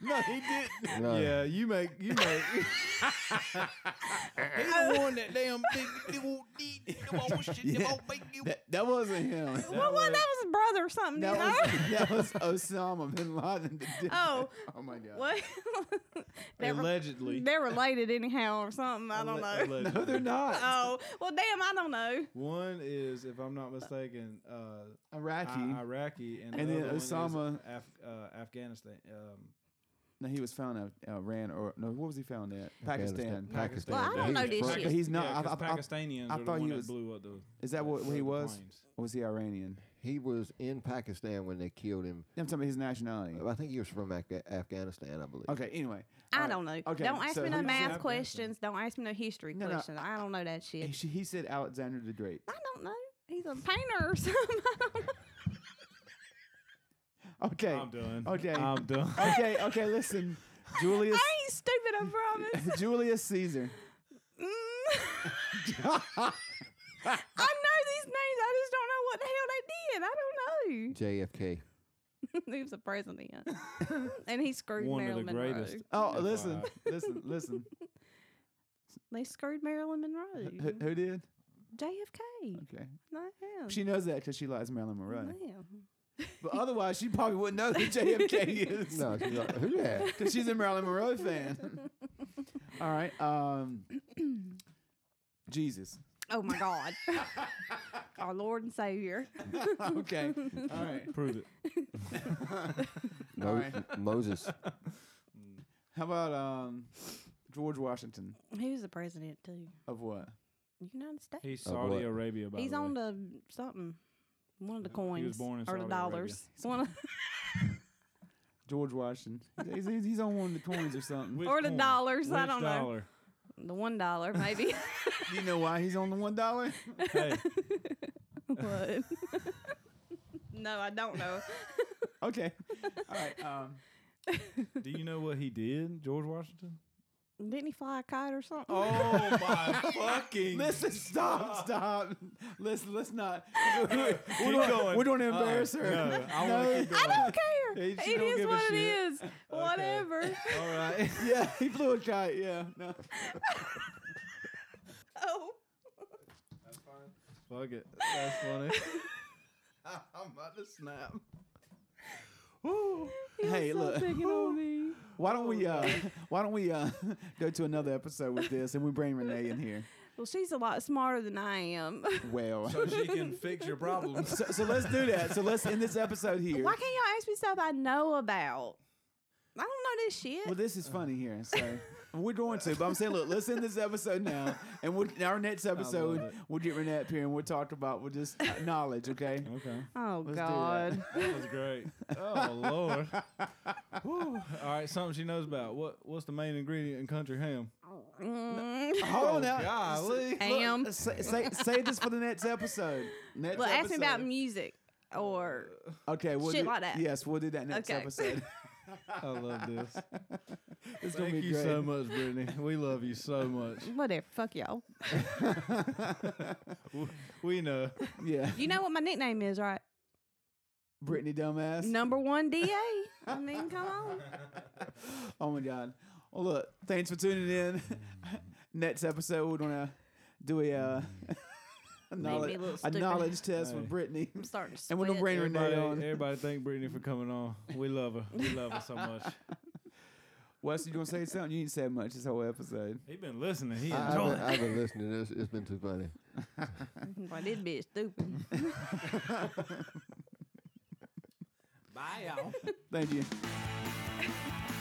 S2: No, he didn't.
S3: No.
S4: you make you make. he the one that damn thing.
S2: That, that wasn't him.
S1: Well, what? That was his brother or something.
S2: That
S1: you know?
S2: was, that was Osama bin Laden. that did
S1: Oh.
S2: that. oh my God.
S1: What? they're, re-
S4: Allegedly.
S1: they're related anyhow or something. I don't know.
S4: Alleg-
S2: No, they're not.
S1: Oh well, damn, I don't know.
S4: One is, if I'm not mistaken, uh,
S2: Iraqi.
S4: I- Iraqi, and,
S2: And
S4: the
S2: then
S4: other one is
S2: Osama-
S4: Af- uh, Afghanistan, um,
S2: no, he was found in Iran or no? What was he found at? Pakistan.
S3: Pakistan.
S1: Well, I don't know this
S2: But he's not.
S4: Yeah,
S2: I,
S4: 'cause
S2: I- I-
S4: Pakistanians
S2: I
S4: are the
S2: thought
S4: one
S2: he
S4: that
S2: was-
S4: blew up the.
S2: is that what, what he
S4: the
S2: was?
S4: planes.
S2: Or was he Iranian?
S3: He was in Pakistan when they killed him.
S2: I'm talking about his nationality.
S3: I think he was from Afga- Afghanistan, I believe.
S2: Okay. Anyway,
S1: I
S2: Alright,
S1: don't know.
S2: okay,
S1: don't ask
S2: so
S1: me no
S2: who's
S1: math
S4: Afghanistan?
S1: questions. Don't ask me no history
S2: No, no.
S1: questions. I don't know that shit.
S2: he, he said Alexander the Great.
S1: I don't know. He's a painter or something. I don't know.
S2: Okay.
S4: I'm done.
S2: Okay.
S4: I'm done.
S2: Okay. Okay. Listen, Julius.
S1: I ain't stupid. I promise.
S2: Julius Caesar.
S1: Mm. I know these names. I just don't know what the hell they did. I don't
S3: JFK.
S1: know. he was a president, and he screwed
S4: One of the
S1: Marilyn Monroe.
S4: greatest.
S2: Oh,
S4: That's
S2: listen,
S4: wild.
S2: listen, listen.
S1: They screwed Marilyn Monroe.
S2: Who, who did?
S1: JFK.
S2: Okay.
S1: No, hell.
S2: She knows that because she likes Marilyn Monroe.
S1: Yeah.
S2: But otherwise, she probably wouldn't know who JFK is.
S3: No, she's like, who that?
S2: Because she's a Marilyn Monroe fan. All right. Um, Jesus.
S1: Oh my God. Our Lord and Savior.
S2: Okay. All right.
S4: Prove it.
S3: Mo- Moses.
S2: How about um, George Washington?
S1: He was the president too.
S2: Of what?
S1: United States.
S4: He's
S2: Oh,
S3: Of
S4: Saudi
S3: what?
S4: Arabia. By
S1: He's
S4: the way.
S1: on the something. One of the
S4: He
S1: coins
S4: was born in
S1: or
S4: Saudi
S1: the
S4: Arabia.
S1: dollars. One of-
S2: George Washington. He's, he's, he's on one of the coins or something.
S4: Which
S1: or the
S4: coin?
S1: dollars. I
S4: Which
S1: don't know.
S4: dollar?
S1: The one dollar maybe.
S2: Do you know why he's on the one dollar?
S4: Hey,
S1: What? no, I don't know.
S2: Okay. All right. Um,
S4: Do you know what he did, George Washington?
S1: Didn't he fly a kite or something?
S4: Oh my fucking!
S2: Listen, stop, stop. Listen, let's not.
S4: Keep going.
S2: We're doing to embarrass her.
S4: No, I wanna keep
S1: I
S4: going.
S1: don't care.
S4: Hey, she
S1: It
S4: don't
S1: is
S4: give a
S1: what it
S4: shit.
S1: is. Whatever.
S4: All right.
S2: Yeah, he flew a kite. Yeah, no.
S1: Oh,
S4: Fuck it. That's funny. I'm about to snap. Woo.
S2: Hey,
S1: so
S2: look.
S1: picking on me.
S2: Why don't
S1: Oh,
S2: we? Uh, why don't we uh, go to another episode with this, and we bring Renee in here?
S1: Well, she's a lot smarter than I am.
S2: Well,
S4: So she can fix your problems.
S2: so, so let's do that. So let's end this episode here.
S1: Why can't y'all ask me stuff I know about? I don't know this shit.
S2: Well, this is funny here. So we're going to, but I'm saying, look, let's end this episode now, and we'll, in our next episode
S4: it.
S2: we'll get Renee up here and we'll talk about we'll just uh, knowledge. Okay.
S4: Okay.
S1: oh
S2: do that.
S1: God.
S4: That was great. Oh Lord. Woo. All right, something she knows about. What what's the main ingredient in country ham?
S1: Mm.
S2: Hold on now.
S4: Golly.
S1: Am.
S2: Look, say, say, say this for the next episode. Next
S1: Well, ask me about
S2: episode.
S1: music or
S2: Okay, we'll
S1: Shit
S2: do,
S1: like that.
S2: Yes, we'll do that next
S1: Okay.
S2: episode.
S4: I love this.
S2: It's gonna
S4: Thank
S2: be
S4: you
S2: great.
S4: so much, Brittany. We love you so much.
S2: Uh,
S1: whatever. Fuck y'all.
S4: W- We know.
S2: Yeah,
S1: You know what my nickname is, right?
S2: Brittany dumbass.
S1: Number one DA. I mean, come on.
S2: Oh my god. Well, look, thanks for tuning in. next episode, we're gonna do a uh, a, knowledge,
S1: a little
S2: a
S1: stupid.
S2: knowledge test with
S4: Hey.
S2: Brittany.
S1: I'm starting to
S2: And we're gonna
S1: sweat.
S2: bring Renee
S4: Everybody,
S2: on.
S4: everybody thank Brittany for coming on. We love her. We love her so much.
S2: Wes, you gonna say something? You ain't said much this whole episode.
S4: He been listening. He
S3: I, have
S4: enjoying
S3: been, I've been listening. It's, it's been too funny.
S1: Like, this bitch stupid.
S4: Bye y'all.
S2: Thank you.